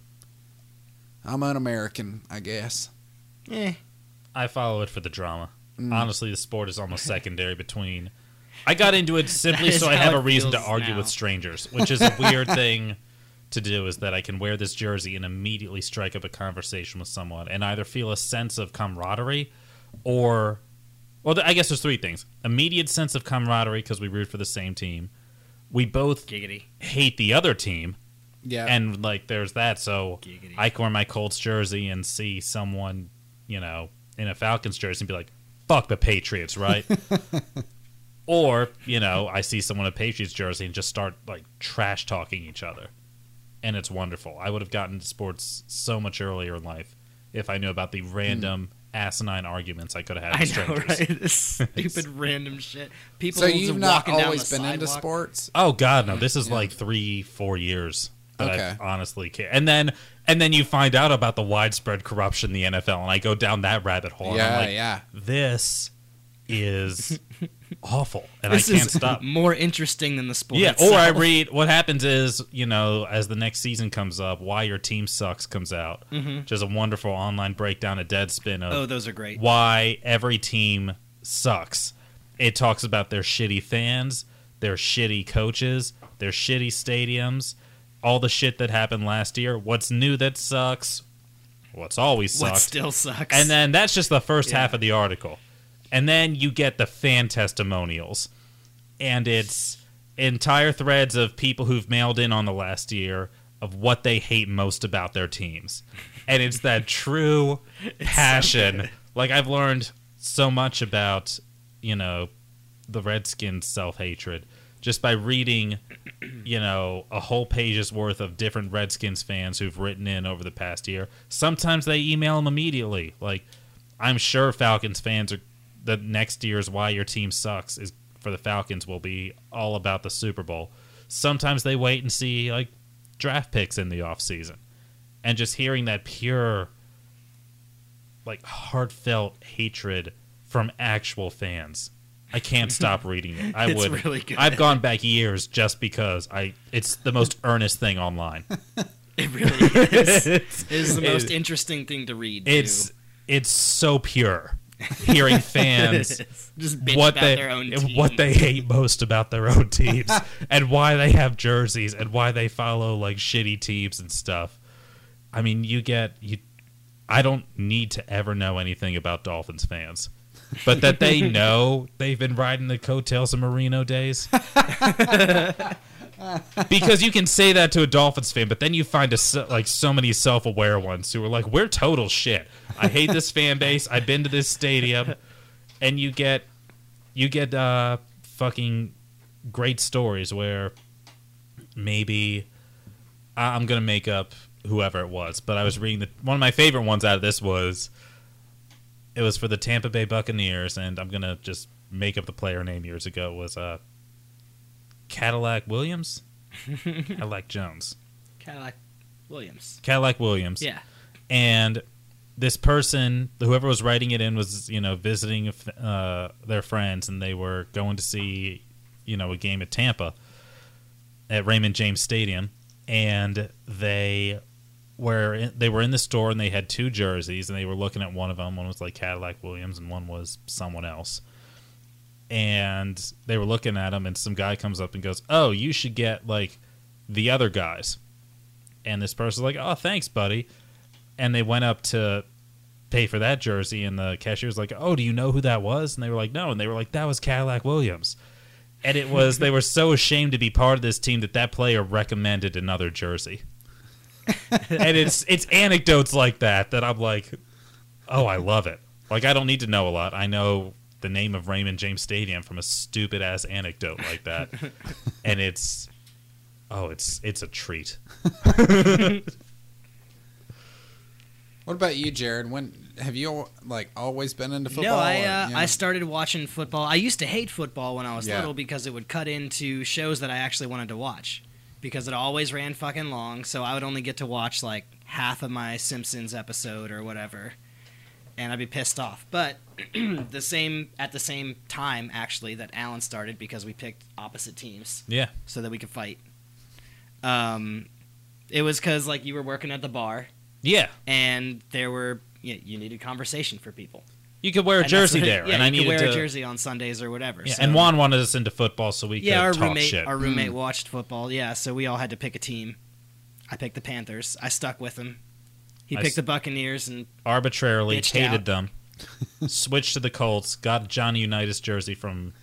I'm an American, I guess. Eh. I follow it for the drama. Mm. Honestly, the sport is almost secondary between. I got into it simply That is so I how have a it reason to feels argue now. with strangers, which is a weird thing to do. Is that I can wear this jersey and immediately strike up a conversation with someone and either feel a sense of camaraderie or. Well, th- I guess there's three things immediate sense of camaraderie because we root for the same team. We both Giggity. hate the other team, Yeah, and like there's that. So Giggity. I can wear my Colts jersey and see someone, you know, in a Falcons jersey and be like, "Fuck the Patriots," right? or you know, I see someone in a Patriots jersey and just start like trash talking each other, and it's wonderful. I would have gotten into sports so much earlier in life if I knew about the random asinine arguments I could have had I with know, strangers. right? This stupid random shit. People so just you've not walking down always the been into sidewalk. sports. Oh God, no! This is Yeah. like three, four years that Okay. I've honestly care. And then, and then you find out about the widespread corruption in the NFL, and I go down that rabbit hole. and yeah, I'm like, yeah. This is awful, and This I can't is stop. More interesting than the sport. Yeah, itself. or I read what happens is, you know, as the next season comes up, Why Your Team Sucks comes out. Mhm. Just a wonderful online breakdown, a deadspin of Oh, those are great. why every team sucks. It talks about their shitty fans, their shitty coaches, their shitty stadiums, all the shit that happened last year, what's new that sucks, what's always What sucked. still sucks. And then that's just the first Yeah. half of the article. And then you get the fan testimonials. And it's entire threads of people who've mailed in on the last year of what they hate most about their teams. And it's that true passion. like I've learned so much about, you know, the Redskins' self hatred just by reading, you know, a whole page's worth of different Redskins fans who've written in over the past year. Sometimes they email them immediately. Like, I'm sure Falcons fans are the next year's why your team sucks is for the Falcons will be all about the Super Bowl. Sometimes they wait and see like draft picks in the offseason. And just hearing that pure like heartfelt hatred from actual fans. I can't stop reading it. I It's would really good. I've gone back years just because I it's the most earnest thing online. it really is. it It's- is the it- most interesting thing to read. too. it's it's so pure hearing fans just bitch what about they their own team. what they hate most about their own teams and why they have jerseys and why they follow like shitty teams and stuff. I mean, you get you. I don't need to ever know anything about Dolphins fans, but that they know they've been riding the coattails of Marino days. because you can say that to a Dolphins fan, but then you find a, se- like so many self-aware ones who are like, "We're total shit. I hate this fan base. I've been to this stadium," and you get you get uh, fucking great stories where maybe I- I'm gonna make up whoever it was, but I was reading the one of my favorite ones out of this was it was for the Tampa Bay Buccaneers, and I'm gonna just make up the player name years ago was uh Cadillac Williams, Cadillac Jones, Cadillac Williams. Cadillac Williams, Yeah, and this person, whoever was writing it in, was you know visiting uh, their friends, and they were going to see you know a game at Tampa at Raymond James Stadium, and they were in, they were in the store and they had two jerseys, and they were looking at one of them. One was like Cadillac Williams, and one was someone else. And they were looking at them, and some guy comes up and goes, "Oh, you should get like the other guys." And this person's like, "Oh, thanks, buddy." and they went up to pay for that jersey and the cashier was like oh do you know who that was and they were like no and they were like that was cadillac williams and it was they were so ashamed to be part of this team that that player recommended another jersey and it's it's anecdotes like that that i'm like oh i love it like i don't need to know a lot i know the name of raymond james stadium from a stupid ass anecdote like that and it's oh it's it's a treat What about you, Jared? When have you like always been into football? no, or, I uh, you know? I started watching football. I used to hate football when I was Yeah. little because it would cut into shows that I actually wanted to watch because it always ran fucking long. So I would only get to watch like half of my Simpsons episode or whatever, and I'd be pissed off. But the same at the same time actually that Alan started because we picked opposite teams yeah so that we could fight. Um, it was because like you were working at the bar yeah and there were you, you needed conversation for people. you could wear a And that's jersey what- there yeah, and i you could needed wear to a jersey on Sundays or whatever. Yeah, so- and Juan wanted us into football so we yeah, our could talk roommate, shit. our roommate watched football. Yeah, so we all had to pick a team. I picked the Panthers. I stuck with him. He I picked s- the Buccaneers, and Arbitrarily bitched hated out. them. switched to the Colts. Got a Johnny Unitas jersey from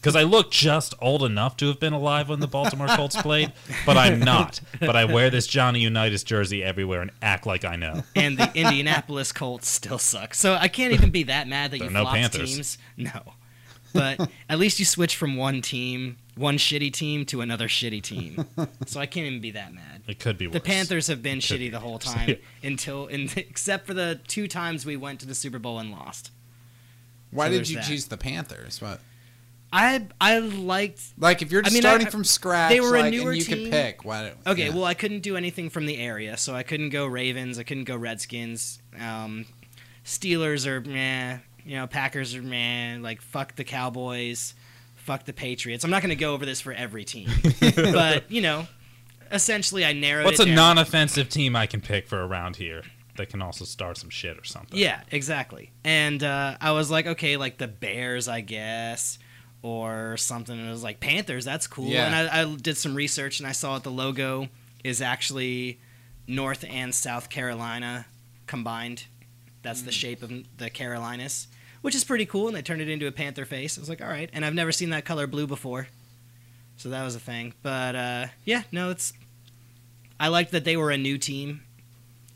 because I look just old enough to have been alive when the Baltimore Colts played, but I'm not. But I wear this Johnny Unitas jersey everywhere and act like I know. and the Indianapolis Colts still suck. So I can't even be that mad that There you are no flopped Panthers. teams. No, but at least you switched from one team, one shitty team, to another shitty team. So I can't even be that mad. It could be worse. The Panthers have been could be shitty the whole worse. time until, in, except for the two times we went to the Super Bowl and lost. Why so did there's you that. choose the Panthers? What? I I liked Like if you're I mean, starting I- from scratch, they were a like, newer and you team. could pick. Why? don't- Okay, yeah. well, I couldn't do anything from the area, so I couldn't go Ravens, I couldn't go Redskins, um, Steelers or meh, you know, Packers or meh, like fuck the Cowboys, fuck the Patriots. I'm not going to go over this for every team, but you know, essentially, I narrowed What's it a down. non-offensive team I can pick for around here that can also start some shit or something? Yeah, exactly. And uh, I was like, okay, like the Bears, I guess, or something. And it was like Panthers. That's cool. Yeah. And I, I did some research, and I saw that the logo is actually North and South Carolina combined. That's the shape of the Carolinas, which is pretty cool. And they turned it into a panther face. I was like, all right. And I've never seen that color blue before, so that was a thing. But uh, yeah, no, it's. I liked that they were a new team,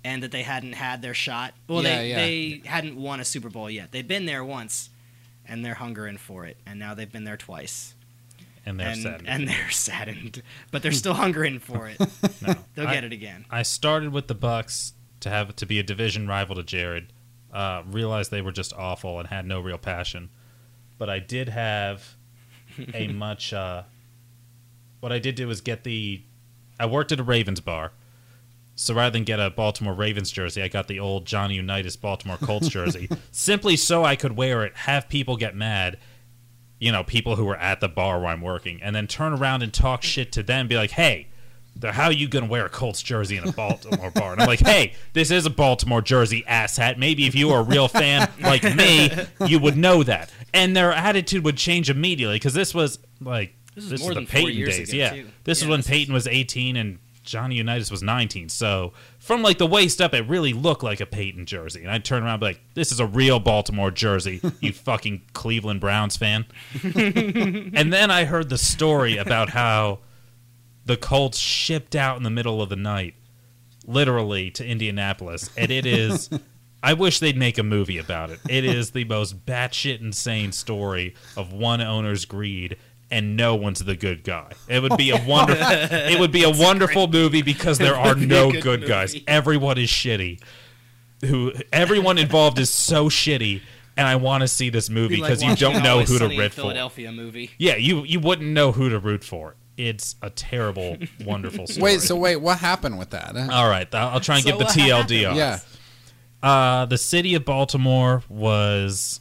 and that they hadn't had their shot. Well, Yeah, they yeah. they hadn't won a Super Bowl yet. They've been there once, and they're hungering for it. And now they've been there twice, and they're and saddened. and they're saddened, but they're still hungering for it. no, They'll I, get it again. I started with the Bucks to have to be a division rival to Jared. Uh, realized they were just awful and had no real passion. But I did have a much. Uh, what I did do was get the. I worked at a Ravens bar, so rather than get a Baltimore Ravens jersey, I got the old Johnny Unitas Baltimore Colts jersey, simply so I could wear it, have people get mad, you know, people who were at the bar where I'm working, and then turn around and talk shit to them, be like, hey, they're, how you going to wear a Colts jersey in a Baltimore bar? And I'm like, hey, this is a Baltimore jersey, asshat. Maybe if you were a real fan like me, you would know that. And their attitude would change immediately because this was like, This this was is, more the than four Peyton years days. ago, yeah. too. This Yeah, was when this is- Peyton was 18 and Johnny Unitas was 19. So from like the waist up, it really looked like a Peyton jersey. And I'd turn around and be like, this is a real Baltimore jersey, you fucking Cleveland Browns fan. and then I heard the story about how the Colts shipped out in the middle of the night, literally to Indianapolis. And it is, I wish they'd make a movie about it. It is the most batshit insane story of one owner's greed. And no one's the good guy. It would be a wonderful. it would be a wonderful movie because there are be no a good good guys. movie. Everyone is shitty. Who everyone involved is so shitty, and I want to see this movie because you don't know who to root for. Philadelphia movie. Yeah, you you wouldn't know who to root for. It's a terrible, wonderful story. Wait, so wait, what happened with that? Uh, all right, I'll I'll try and So give the what TLDR. yeah. Uh, the city of Baltimore was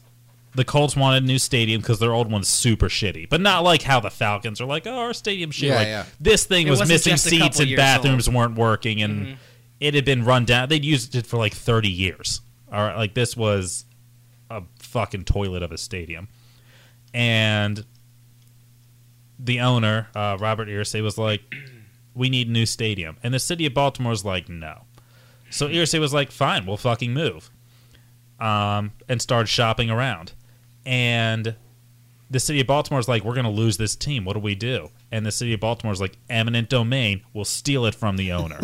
the Colts wanted a new stadium because their old one's super shitty, but not like how the Falcons are like, oh, our stadium shit. Yeah, like, yeah. This thing It was wasn't missing just a couple seats and years old. Mm-hmm. bathrooms weren't working, and it had been run down. They'd used it for like thirty years. All right, like this was a fucking toilet of a stadium, and the owner uh, Robert Irsay was like, "We need a new stadium," and the city of Baltimore was like, "No." So Irsay was like, "Fine, we'll fucking move," um, and started shopping around, and the city of Baltimore is like, "We're gonna lose this team. What do we do?" And the city of Baltimore is like, "Eminent domain. We'll steal it from the owner."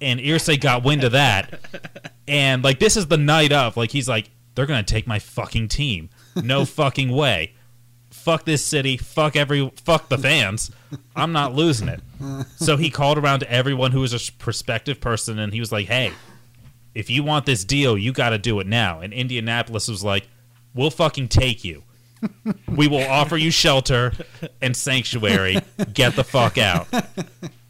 and Irsay got wind of that, and like this is the night of like he's like they're gonna take my fucking team no fucking way fuck this city fuck every fuck the fans i'm not losing it so he called around to everyone who was a s- prospective person and he was like hey if you want this deal you gotta do it now and indianapolis was like we'll fucking take you we will offer you shelter and sanctuary get the fuck out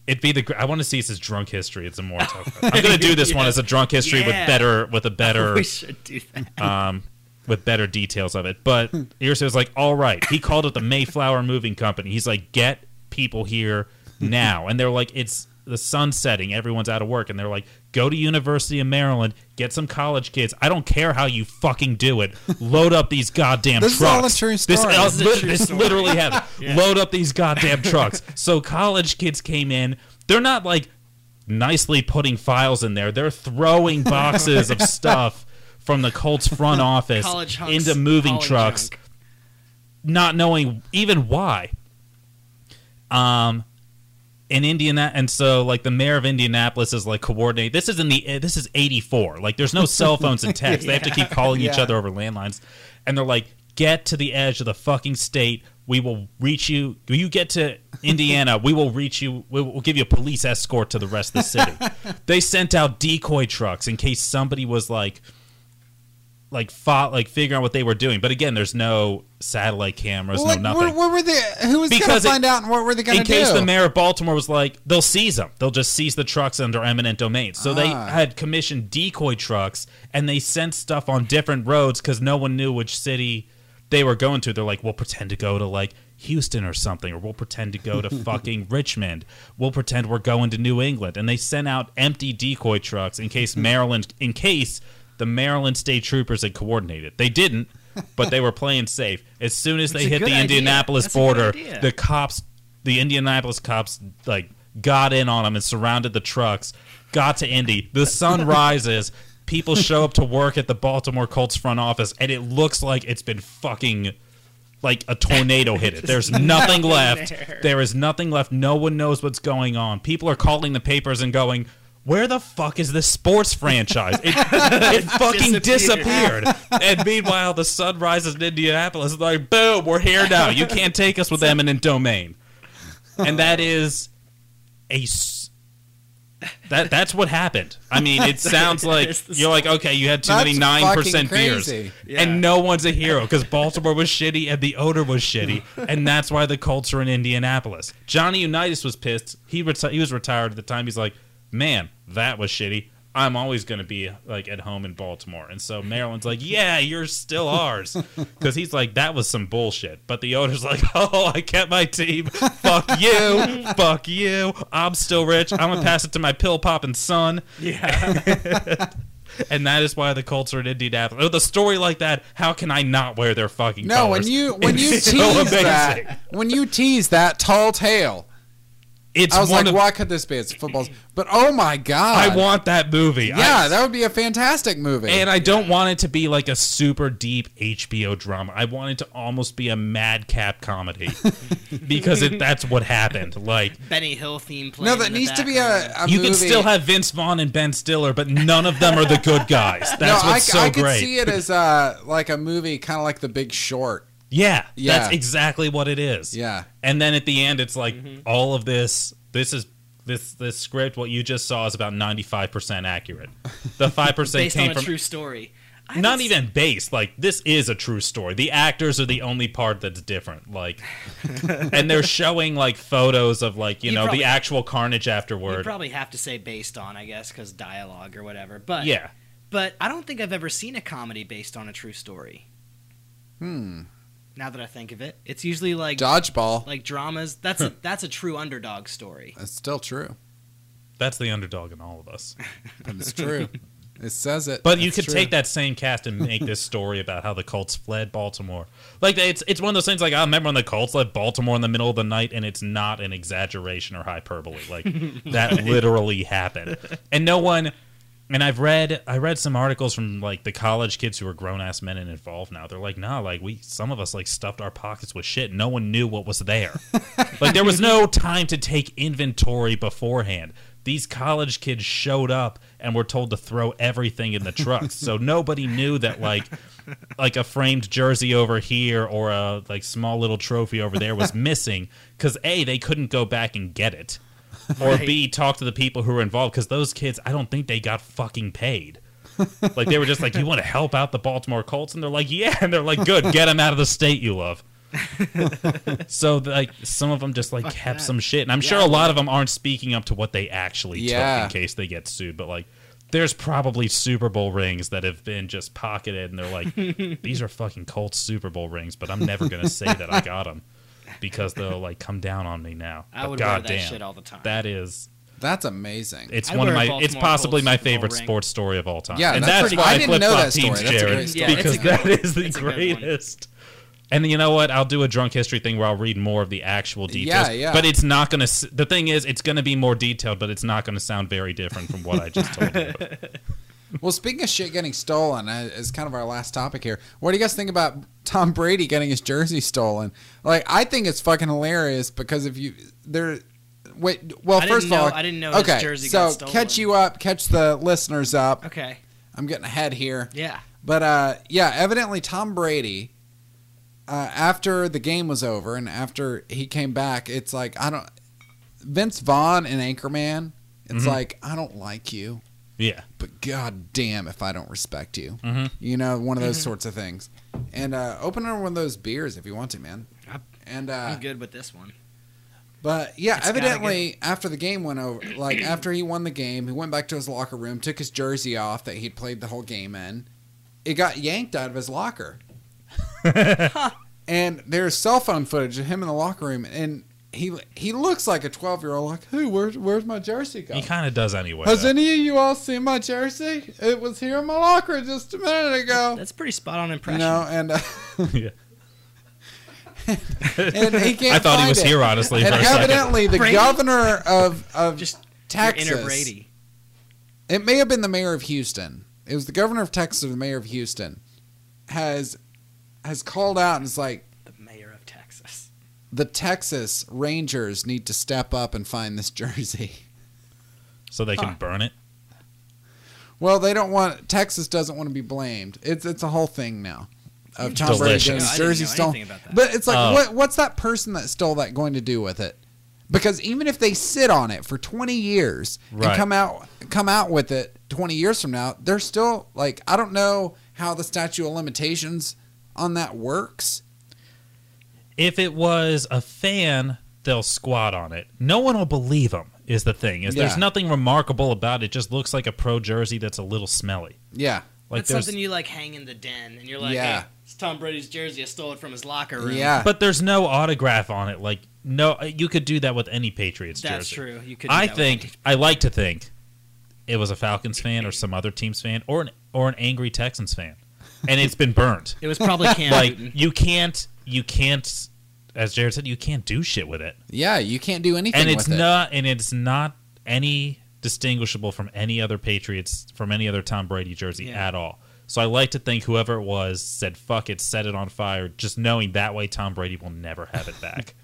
It'd be the. gr- I want to see this as drunk history. It's a more tough. I'm gonna do this one as a drunk history Yeah. with better with a better We should do that. um, with better details of it. But Hmm. Irsay was like, all right. He called it the Mayflower Moving Company. He's like, get people here now. And they're like, it's the sun setting. Everyone's out of work. And they're like, go to University of Maryland, get some college kids. I don't care how you fucking do it. Load up these goddamn This is trucks. all a true This, story. uh, This is a lit- true this story. literally happened. Load up these goddamn trucks. So college kids came in. They're not like nicely putting files in there. They're throwing boxes of stuff from the Colts front office College hunks, into moving college trucks, junk. not knowing even why. Um, in Indiana, and so like the mayor of Indianapolis is like coordinating. This is in the this is eighty four. Like there's no cell phones and text. They have to keep calling each Yeah. other over landlines, and they're like, "Get to the edge of the fucking state. We will reach you. When you get to Indiana, we will reach you. We will give you a police escort to the rest of the city." they sent out decoy trucks in case somebody was like like fought like figuring out what they were doing but again there's no satellite cameras Well, no like, nothing where, where were they? Who was going to Because it- find out and what were they going to in do? case the mayor of Baltimore was like, they'll seize them. They'll just seize the trucks under eminent domain. So they Ah. had commissioned decoy trucks and they sent stuff on different roads because no one knew which city they were going to. They're like, we'll pretend to go to like Houston or something, or we'll pretend to go to fucking Richmond. We'll pretend we're going to New England. And they sent out empty decoy trucks in case Maryland, in case the Maryland state troopers had coordinated. They didn't. But they were playing safe. As soon as That's they a hit good the idea. Indianapolis That's a good border, idea. the cops, the Indianapolis cops, like got in on them and surrounded the trucks. Got to Indy. The sun rises. people show up to work at the Baltimore Colts front office and it looks like it's been fucking like a tornado hit it. There's nothing left. there. There is nothing left. No one knows what's going on. People are calling the papers and going, "Where the fuck is this sports franchise?" It, it fucking disappeared. Disappeared. and meanwhile, the sun rises in Indianapolis. It's like, boom, we're here now. You can't take us with eminent domain. And that is a s- that that's what happened. I mean, it sounds like It's the you're like, okay, you had too many That's nine percent fucking beers, crazy. Yeah. and no one's a hero because Baltimore was shitty and the odor was shitty, and that's why the Colts are in Indianapolis. Johnny Unitas was pissed. He reti- he was retired at the time. He's like, man, that was shitty. I'm always going to be like at home in Baltimore, and so Maryland's like, yeah, you're still ours, because he's like, that was some bullshit. But the owner's like, oh, I kept my team. Fuck you, fuck you. I'm still rich. I'm gonna pass it to my pill popping son. Yeah. And that is why the Colts are in Indianapolis. With a Oh, story like that, how can I not wear their fucking No, colors? when you when you tease It's so amazing. that when you tease that tall tale, It's I was one like, of, why could this be? It's footballs. But oh my god, I want that movie. Yeah, I- that would be a fantastic movie. and I don't want it to be like a super deep HBO drama. I want it to almost be a madcap comedy because it, that's what happened. Like Benny Hill theme playing. no, in that the needs to be background. a, a you movie. can still have Vince Vaughn and Ben Stiller, but none of them are the good guys. That's no, what's I, so I great. could see it as uh, like a movie, kind of like The Big Short. Yeah, Yeah. that's exactly what it is. Yeah. And then at the end, it's like Mm-hmm. all of this. This is this this script. What you just saw is about ninety five percent accurate. The five percent based on came a from true story. I not would even based. Like this is a true story. The actors are the only part that's different. Like, and they're showing like photos of like you, You know probably- the actual carnage You afterward. probably have to say based on, I guess, because dialogue or whatever. But yeah. but I don't think I've ever seen a comedy based on a true story. Hmm. Now that I think of it, it's usually like Dodgeball. like dramas. That's a, that's a true underdog story. That's still true. That's the underdog in all of us. It's true. it says it. But you It's could true. take that same cast and make this story about how the Colts fled Baltimore. Like it's it's one of those things. Like I remember when the Colts left Baltimore in the middle of the night, and it's not an exaggeration or hyperbole. Like that literally happened, and no one. And I've read I read some articles from like the college kids who are grown ass men and involved now. They're like, nah, like we some of us like stuffed our pockets with shit. No one knew what was there. like there was no time to take inventory beforehand. These college kids showed up and were told to throw everything in the trucks. so nobody knew that like like a framed jersey over here or a like small little trophy over there was missing cuz A they couldn't go back and get it or B talk to the people who were involved cuz those kids I don't think they got fucking paid. like they were just like you want to help out the Baltimore Colts and they're like yeah and they're like good get them out of the state you love. So like some of them just like kept that. some shit, and I'm sure a Yeah. lot of them aren't speaking up to what they actually Yeah. took in case they get sued. But like, there's probably Super Bowl rings that have been just pocketed, and they're like, these are fucking Colts Super Bowl rings, but I'm never gonna say that I got them because they'll like come down on me now. I But would wear that goddamn, shit all the time. That is, That's amazing. it's I'd one of wear a my, it's Baltimore possibly Colts my Super Bowl favorite ring. sports story of all time. Yeah, and that's that's, pretty- why I I, didn't flip know flop that story. teams, That's a Jared, great story. That's because a that good one. is the That's a good one. greatest. And you know what? I'll do a drunk history thing where I'll read more of the actual details. Yeah, yeah. But it's not going to. The thing is, it's going to be more detailed, but it's not going to sound very different from what I just told you. Well, speaking of shit getting stolen, uh, is kind of our last topic here. What do you guys think about Tom Brady getting his jersey stolen? Like, I think it's fucking hilarious because if you there, wait. Well, I didn't first of all, know- I didn't know his Okay, jersey so got stolen. catch you up, catch the listeners up. Okay. I'm getting ahead here. Yeah. But uh, yeah, evidently Tom Brady, uh, after the game was over and after he came back, it's like I don't. Vince Vaughn and Anchorman, it's like I don't like you, Yeah, but god damn if I don't respect you. You know, one of those sorts of things. And uh, open up one of those beers if you want to, man. I'm- And uh, I'm good with this one. but yeah, It's gotta evidently after the game went over, like after he won the game, he went back to his locker room, took his jersey off that he'd played the whole game in. It got yanked out of his locker. and there's cell phone footage of him in the locker room and he he looks like a 12-year-old like, "Who, where's where's my jersey he go?" kind of does anyway. Has though. any of you all seen my jersey? It was here in my locker just a minute ago. That's pretty spot on You impression. know, and, uh, Yeah. and he can't I thought he find was it. here honestly And for a second. evidently, the Brady? governor of of Just your Texas, inner Brady. It may have been the mayor of Houston. It was the governor of Texas or the mayor of Houston has has called out and is like The mayor of Texas. the Texas Rangers need to step up and find this jersey. so they can Huh. burn it. Well, they don't want Texas doesn't want to be blamed. It's it's a whole thing now. Of Tom Brady Delicious. getting his I didn't jersey know stolen. anything about that. But it's like Oh. what what's that person that stole that going to do with it? Because even if they sit on it for 20 years and Right. come out come out with it 20 years from now, they're still like I don't know how the statute of limitations on that works. If it was a fan, they'll squat on it. No one will believe them. Is the thing is Yeah. there's nothing remarkable about it. Just looks like a pro jersey that's a little smelly. Yeah. Like That's there's, something you like hang in the den, and you're like, Yeah. hey, it's Tom Brady's jersey. I stole it from his locker room. Yeah. but there's no autograph on it. Like no, uh, you could do that with any Patriots that's jersey. true. You could. do I that with think I like to think it was a Falcons fan or some other team's fan or an or an angry Texans fan, and it's been burned. it was probably Cam like Newton. you can't you can't as Jared said you can't do shit with it, Yeah, you can't do anything and it's with it. not and it's not any distinguishable from any other Patriots from any other Tom Brady jersey Yeah. at all. So I like to think whoever it was said fuck it, set it on fire, just knowing that way Tom Brady will never have it back.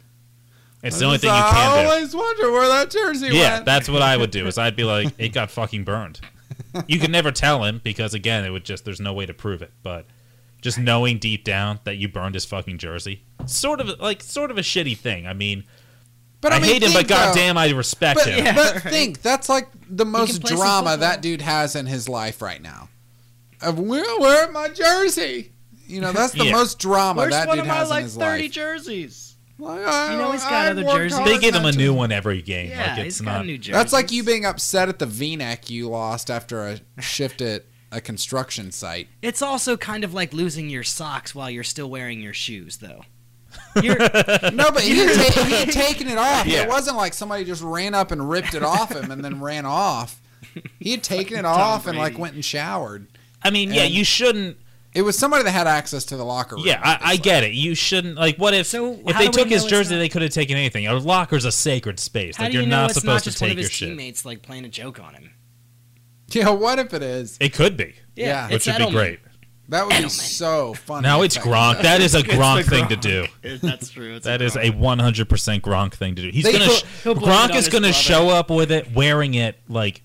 It's the only thing you I can do. always wonder where that jersey Yeah, went. that's what I would do. Is I'd be like, it got fucking burned. You could never tell him because again, it would just there's no way to prove it. But just knowing deep down that you burned his fucking jersey, sort of like sort of a shitty thing. I mean, but I, mean, hate him, but think, though- goddamn, I respect But, him. but think, that's like the most can play some drama football. that dude has in his life right now. Of where, where my jersey? You know, that's the Yeah. most drama Where's that one dude of my has in like his 30 life. jerseys? Like, I- You know he's got I other worked jerseys. hard They give him a not to- new one every game. Yeah, like it's he's got not. a new jersey. That's like you being upset at the V-neck you lost after a shift at a construction site. It's also kind of like losing your socks while you're still wearing your shoes, though. You're, No, but he had, ta- he had taken it off. Yeah. It wasn't like somebody just ran up and ripped it off him and then ran off. He had taken it Tom off and like Brady. went and showered. I mean, yeah, And- you shouldn't. It was somebody that had access to the locker room. Yeah, I, I get it. You shouldn't. Like, what if So if how they do we took his know it's jersey? not- They could have taken anything. A locker's a sacred space. how like, do you you're know not it's supposed not to just one take of your his shit. teammates like playing a joke on him? Yeah, what if it is? It could be, Yeah. which it's would be Edelman. great. That would be Edelman. so funny. No, if it's that Gronk. was a- That is a the Gronk thing to Gronk. do. That's true. It's That is Gronk. a 100% Gronk thing to do. He's They gonna put- sh- he'll blame it Gronk on is his going to brother. show up with it, wearing it like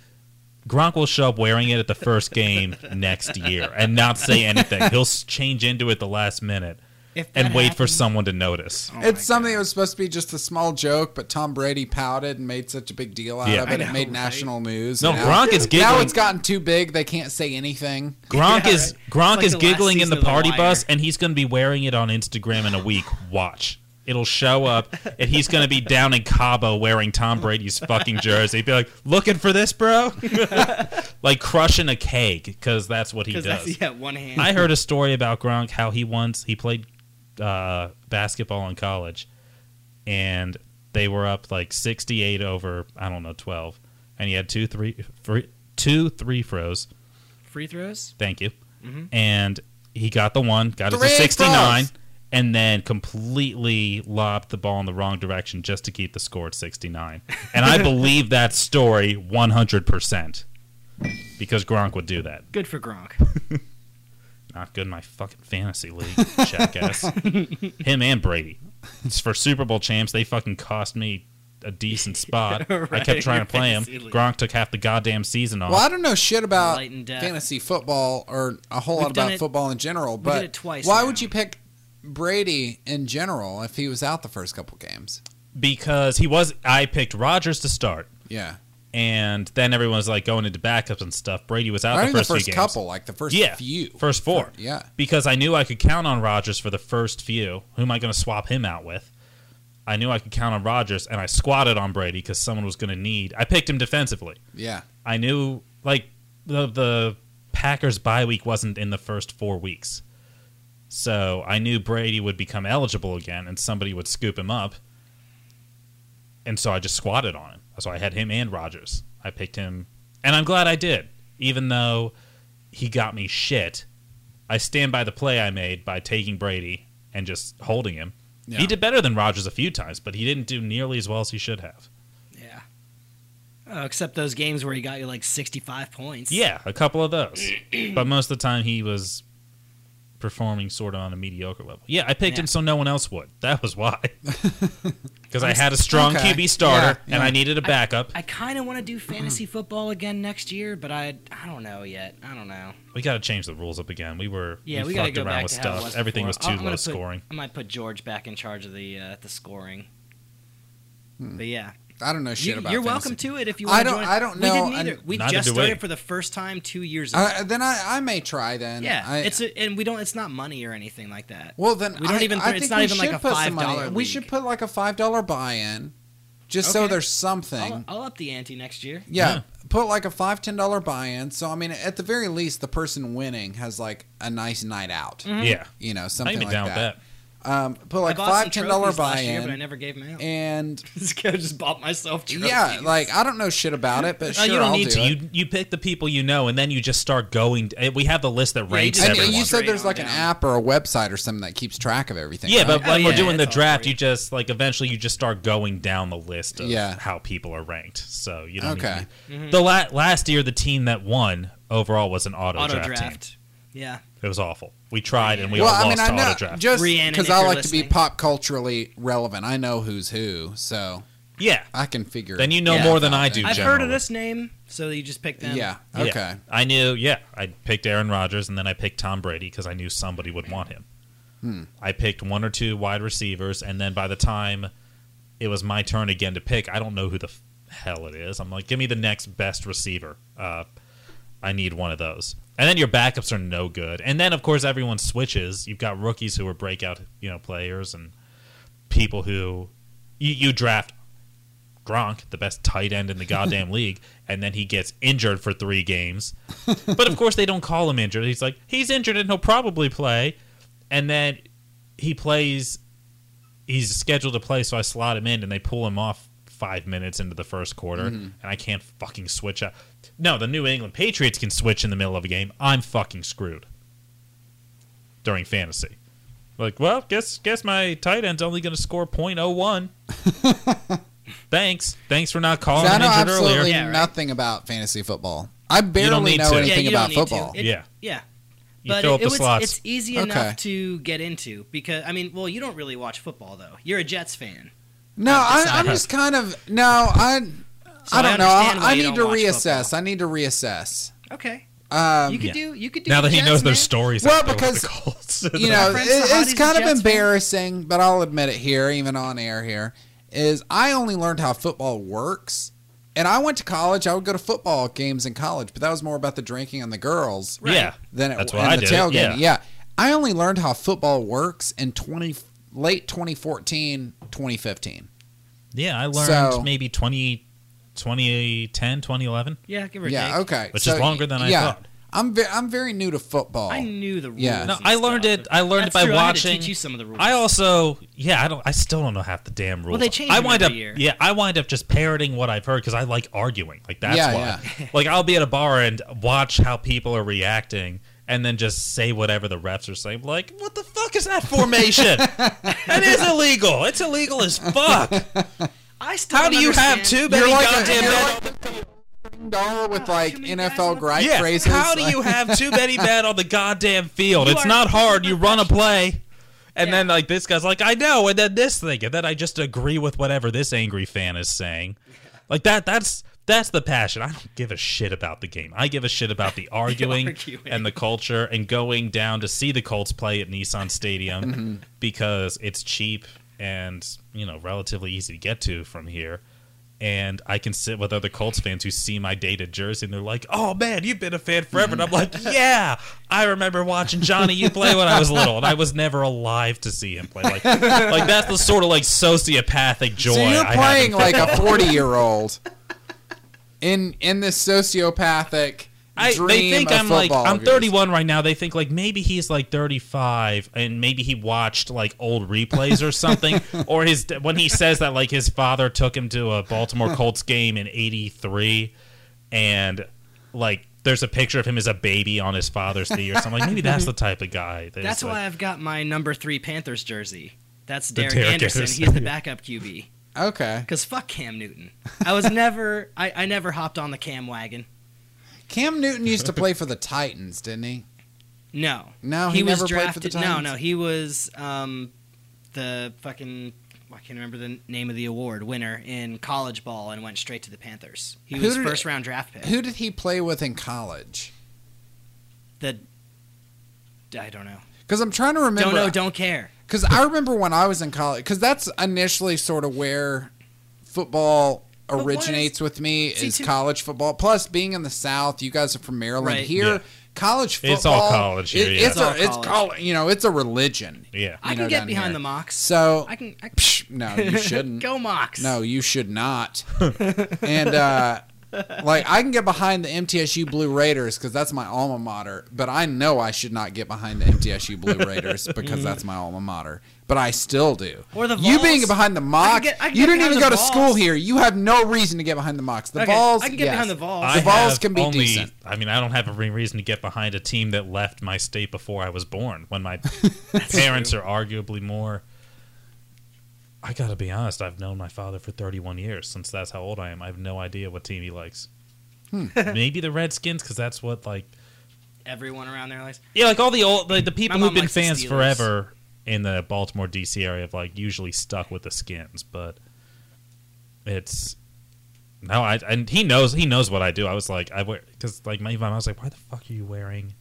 Gronk will show up wearing it at the first game next year and not say anything. He'll s- change into it the last minute If that and wait for happened- someone to notice. Oh my It's something God. that was supposed to be just a small joke, but Tom Brady pouted and made such a big deal out Yeah. of it. I it know, made right? national news. No, now, Gronk is Now giggling. it's gotten too big. They can't say anything. Gronk Yeah, is right. Gronk It's like is the last giggling in season the of The party Wire. bus, and he's going to be wearing it on Instagram in a week. Watch, it'll show up, and he's going to be down in Cabo wearing Tom Brady's fucking jersey. Be like, looking for this, bro, like crushing a cake because that's what he 'Cause does. that's yeah, one hand. I heard a story about Gronk how he once he played uh, basketball in college, and they were up like sixty-eight over I don't know twelve, and he had two three three two three throws. Free throws. Thank you. And he got the one, got it Mm-hmm. Three to 69, throws. and then completely lobbed the ball in the wrong direction just to keep the score at 69. And I believe that story 100% because Gronk would do that. Good for Gronk. Not good in my fucking fantasy league, jackass. Him and Brady. It's for Super Bowl champs. They fucking cost me a decent spot. I Right, kept trying your to play him. fantasy league. Gronk took half the goddamn season off. Well, I don't know shit about Light and death. fantasy football or a whole We've lot done about it- football in general, did but it twice why now. would you pick Brady in general if he was out the first couple games? Because he was I picked Rodgers to start. Yeah. and then everyone was like going into backups and stuff. Brady was out I the think the first, first few games. couple, like the first yeah, few. first four, Yeah. because I knew I could count on Rogers for the first few. Who am I going to swap him out with? I knew I could count on Rogers, and I squatted on Brady because someone was going to need. I picked him defensively. Yeah. I knew like the the Packers bye week wasn't in the first four weeks, so I knew Brady would become eligible again, and somebody would scoop him up. And so I just squatted on him. So I had him and Rogers. I picked him, and I'm glad I did, even though he got me shit. I stand by the play I made by taking Brady and just holding him. Yeah. He did better than Rogers a few times, but he didn't do nearly as well as he should have. Yeah. Oh, except those games where he got you like 65 points. Yeah, a couple of those. but most of the time he was performing sort of on a mediocre level. Yeah, I picked Yeah. him so no one else would. That was why. Because I had a strong Okay. QB starter Yeah, and yeah. I needed a backup. I kind of want to do Mm-hmm. fantasy football again next year, but I I don't know yet. I don't know. we got to change the rules up again. We were Yeah, we, we, got to fucked go around back with to how it stuff. was Everything before. was I'm too gonna low put- scoring. I might put George back in charge of the uh, the scoring. But yeah, I don't know Hmm. shit you, about. you're fantasy. welcome to it if you I want to don't- join. I don't We know, didn't and- either. We Neither just do started we. for the first time two years ago. Uh, then I, I may try then. yeah, I, it's a, and we don't. It's not money or anything like that. well then we don't I, even I throw- think it's not we even like should a put some money- $5 We league. should put like a five dollar buy in, just so Okay. there's something. I'll, I'll up the ante next year. yeah, Yeah. put like a five ten dollar buy in. So I mean, at the very least, the person winning has like a nice night out. Hmm? Yeah, You know, I something can be like down that. with Um, put like Mm-hmm. I bought five some ten dollar trophies buy last year, but I in, never gave them out. and this guy just bought myself trophies. Oh, yeah, like I don't know shit about it, that. but sure, you don't I'll need do to. it. You you pick the people you know, and then you just start going. eh, We have the list that you ranks just- And everyone. you said Straight there's on like an down. app or a website or something that keeps track of everything. Yeah, but right? Oh, when we're yeah, doing the it's all draft, free. you just like eventually you just start going down the list of Yeah. how people are ranked. So you don't. Okay. Even, Mm-hmm. The la- last year, the team that won overall was an auto, auto draft, team. draft. Yeah, It was awful. We tried and we well, all I lost mean, I to know auto draft. just Rhiannon, because if I you're like to listening. be pop culturally relevant. I know who's who, so yeah. I can figure. Then you know Yeah. more than I do. I've heard generally. of this name, so you just pick them. Yeah. Yeah. Okay. I knew. Yeah, I picked Aaron Rodgers and then I picked Tom Brady because I knew somebody would want him. I picked one or two wide receivers, and then by the time it was my turn again to pick, I don't know who the f- hell it is. I'm like, give me the next best receiver. Uh, I need one of those. And then your backups are no good. And then of course everyone switches. You've got rookies who are breakout, you know, players and people who you, you draft Gronk, the best tight end in the goddamn league, and then he gets injured for three games. but of course, they don't call him injured. He's like, he's injured and he'll probably play. And then he plays, he's scheduled to play, so I slot him in and they pull him off five minutes into the first quarter, Mm-hmm. and I can't fucking switch up. No, the New England Patriots can switch in the middle of a game. I'm fucking screwed during fantasy. Like, well, guess guess my tight end's only going to score .01. Thanks, thanks for not calling See, I him know injured absolutely earlier. Yeah, right. nothing about fantasy football. I barely need know to. Yeah, yeah, anything you about don't need football. to. It- Yeah. yeah. You but fill it, up the it was, slots. it's easy Okay. enough to get into because I mean, well, you don't really watch football though. You're a Jets fan. No, I, I'm decided. just kind of no. I I I don't know. I, understand why I you need to don't watch reassess. I need to reassess. Okay, Um, you could yeah. do. You could do. now the that he Jets, knows man. their stories. Well, out there with because, the Colts. you know, friends, it- the it's hotties, kind the of Jets fan. embarrassing, but I'll admit it here, even on air here, is I only learned how football works. And I went to college. I would go to football games in college, but that was more about the drinking and the girls yeah, than it That's and why I the did it, tailgating. yeah. I only learned how football works in 20 late 2014, 2015. yeah. I learned So- maybe 20, 2010, 2011, Yeah, give or yeah, take. okay. which So, is longer than I yeah, thought. I'm ve- I'm very new to football. I knew the rules. Yeah. No, and I learned stuff. it. I learned That's it by true, I had to watching. teach you some of the rules. I also, yeah, I don't. I still don't know half the damn rules. they change I them wind every up, year. yeah, I wind up just parroting what I've heard because I like arguing. Like that's Yeah, why. like I'll be at a bar and watch how people are reacting. And then just say whatever the refs are saying. Like, what the fuck is that formation? that is illegal. It's illegal as fuck. I still How don't do you have understand- two You're many like a- goddamn you're bad like dollar with like too many guys on NFL the- gripe phrases. How do Like- you have too many men on the goddamn field? You it's are not a hard. You run a play. And Yeah. then like this guy's like, I know, and then this thing, and then I just agree with whatever this angry fan is saying. Like that that's that's the passion. I don't give a shit about the game. I give a shit about the arguing, arguing. and the culture and going down to see the Colts play at Nissan Stadium Mm-hmm. because it's cheap and, you know, relatively easy to get to from here and I can sit with other Colts fans who see my dated jersey and they're like, "Oh man, you've been a fan forever." And I'm like, Mm-hmm. "Yeah, I remember watching Johnny you play when I was little, and I was never alive to see him play." Like, like that's the sort of like sociopathic joy. So you're I have in playing like football. a 40 year old in in this sociopathic I, dream they think of I'm like football I'm of yours. 31 right now. They think like maybe he's like 35 and maybe he watched like old replays or something or his when he says that like his father took him to a Baltimore Colts game in 83 and like there's a picture of him as a baby on his father's knee or something. Like maybe that's the type of guy. That That's is, why like, I've got my number three Panthers jersey. That's The Derek Derek Anderson. Anderson, He's the yeah. backup QB. Okay. Cause fuck Cam Newton. I was never, I, I never hopped on the Cam wagon. Cam Newton used to play for the Titans, didn't he? No, No, he, never played for the no, Titans. no, he was um, the fucking I can't remember the name of the award winner in college ball and went straight to the Panthers. He Who was did- first round draft pick. Who did he play with in college? the I don't know. Because I'm trying to remember. Don't know. Don't care. Because I remember when I was in college, because that's initially sort of where football what originates with me See, is too- college football. Plus, being in the South, you guys are from Maryland. Right. Here, Yeah. college football. It's all college here, it- yeah. It's, It's all a, it's college. college. You know, it's a religion. Yeah. I know, down can get behind here. the mocks. So, I can. I, psh, no, you shouldn't. Go mocks. No, you should not. and uh, like I can get behind the MTSU Blue Raiders because that's my alma mater, but I know I should not get behind the MTSU Blue Raiders because that's my alma mater. But I still do. Mm-hmm. Or the you being Vols. behind the I mock, can get- I can you get didn't behind even the go to Vols. school here. You have no reason to get behind the mocks. The Okay, balls. I can get yes. behind the balls. The I balls can be only, decent. I mean, I don't have any reason to get behind a team that left my state before I was born. When my parents are arguably more. I gotta be honest. I've known my father for 31 years. Since that's how old I am, I have no idea what team he likes. Hmm. Maybe the Redskins, because that's what like Everyone around there likes. yeah, like all the old like, the people My who've mom been likes the fans Steelers. forever in the Baltimore D.C. area have like usually stuck with the Skins, but it's no, I and he knows he knows what I do. I was like I wear because like my mom I was like, why the fuck are you wearing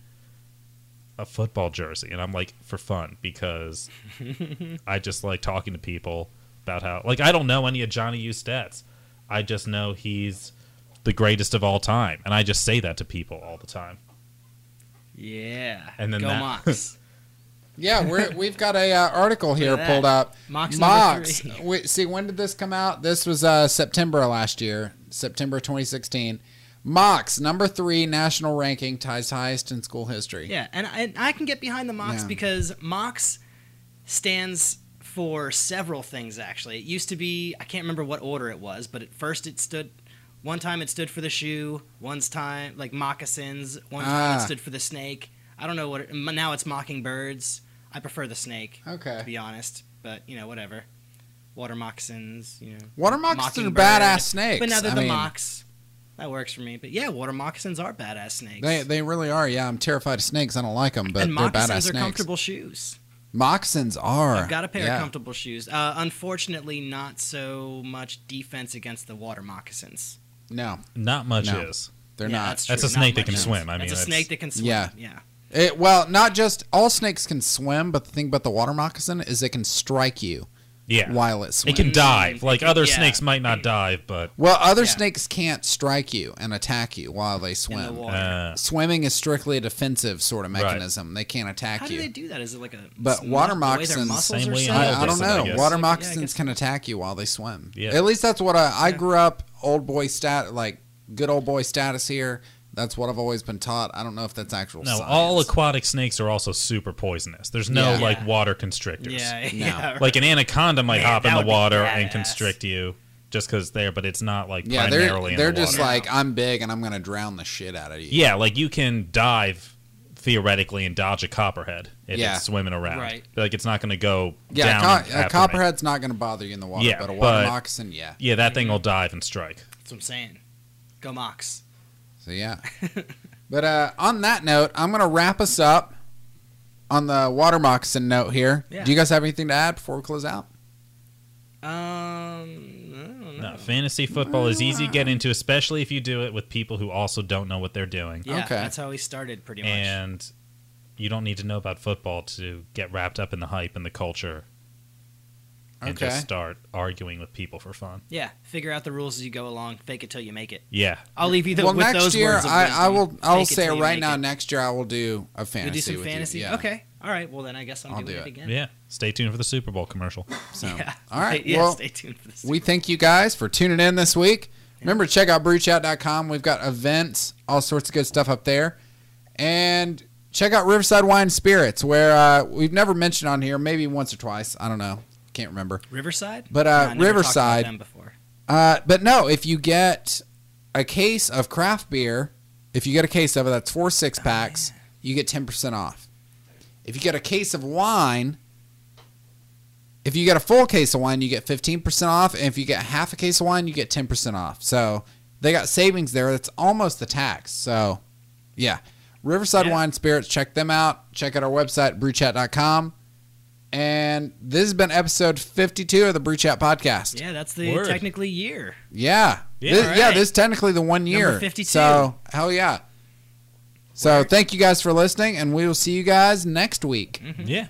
a football jersey? And I'm like for fun because I just like talking to people about how like I don't know any of Johnny U's stats. I just know he's the greatest of all time, and I just say that to people all the time. Yeah. And then go that- mocks. Yeah, we're, we've got a uh, article here Look at pulled that. up. Mox number Mox. three. We, see, when did this come out? This was uh, September last year, September 2016. Mox number three national ranking ties highest in school history. Yeah, and I, I can get behind the Mox Yeah. because Mox stands for several things. Actually, it used to be I can't remember what order it was, but at first it stood. One time it stood for the shoe. One's time like moccasins. One time Ah. it stood for the snake. I don't know what. It, m- now it's mocking birds. I prefer the snake to Okay. be honest, but you know whatever. Water moccasins. You know. Water moccasins are Mockingbird. badass snakes. But now they're I the mean, mocs. That works for me. But yeah, water moccasins are badass snakes. They, they really are. Yeah, I'm terrified of snakes. I don't like them, but and they're moccasins badass are snakes. comfortable shoes. Moccasins are. I've got a pair yeah. of comfortable shoes. Uh, unfortunately, not so much defense against the water moccasins. No, Not much No. is. they're Yeah, not. That's, That's true. a snake Not that can much. swim. I mean, that's a that's- snake that can swim. Yeah. Yeah, It, well, not just all snakes can swim, but the thing about the water moccasin is it can strike you Yeah. while it It swims. can Mm, dive. it Like can- other yeah. snakes might not dive, but Well, other Yeah. snakes can't strike you and attack you while they in the swim. water. uh, Swimming is strictly a defensive sort of Right. mechanism. They can't attack How do you. they do that? Is it like a But it's water not the way their moccasins- muscles Same are way in set? I, I don't Listen, I know. guess. Water Yeah, I moccasins guess- can attack you while they swim. Yeah. At least that's what I, I Yeah. grew up old boy stat like good old boy status here. That's what I've always been taught. I don't know if that's actual. no, science. all aquatic snakes are also super poisonous. There's no Yeah. like Yeah. water constrictors. Yeah, No. yeah. Like an anaconda might Man, hop in that the would be water and badass. constrict you just because there, but it's not like Yeah, they're primarily in they're the just water. like I'm big and I'm gonna drown the shit out of you. yeah, like you can dive theoretically and dodge a copperhead if Yeah. it's swimming around. Right. But, Like it's not going to go yeah. down. a and co- a after me. copperhead's not gonna bother you in the water, Yeah, but a water but- moccasin, yeah. Yeah, that thing will dive and strike. That's what I'm saying. Go mox. So yeah. but uh, on that note, I'm gonna wrap us up on the water moccasin note here. Yeah. Do you guys have anything to add before we close out? Um, I don't know. No, fantasy football is easy to get into, especially if you do it with people who also don't know what they're doing. Yeah, Okay. that's how we started pretty much. and you don't need to know about football to get wrapped up in the hype and the culture and Okay. just start arguing with people for fun. yeah, figure out the rules as you go along. Fake it till you make it. Yeah, I'll leave you th- well, with next those year words of I, I wisdom. will. I will Fake it say till it you right make now. it. Next year I will do a You'll fantasy. do some with fantasy. You. Yeah. Okay. All right. Well, then I guess I'm I'll doing do it. it again. yeah. Stay tuned for the Super Bowl commercial. So, Yeah. all right. Yeah, well, stay tuned for this. we thank you guys for tuning in this week. Remember to check out brewchat.com. We've got events, all sorts of good stuff up there. And check out Riverside Wine Spirits, where uh, we've never mentioned on here, maybe once or twice. I don't know. Can't remember. Riverside? But, uh, I never talked about Riverside- them before. Uh, but no, if you get a case of craft beer, if you get a case of it, that's four six packs, you get 10% off. If you get a case of wine, If you get a full case of wine, you get 15% off. And if you get half a case of wine, you get 10% off. So they got savings there. That's almost the tax. So, yeah. Riverside Yeah. Wine Spirits, check them out. Check out our website, brewchat.com. And this has been episode 52 of the Brew Chat podcast. Yeah. Yeah, that's the Word. technically year. Yeah. Yeah, this, yeah, alright. this is technically the one year. 52. So, hell yeah. So, thank you guys for listening, and we will see you guys next week. Yeah.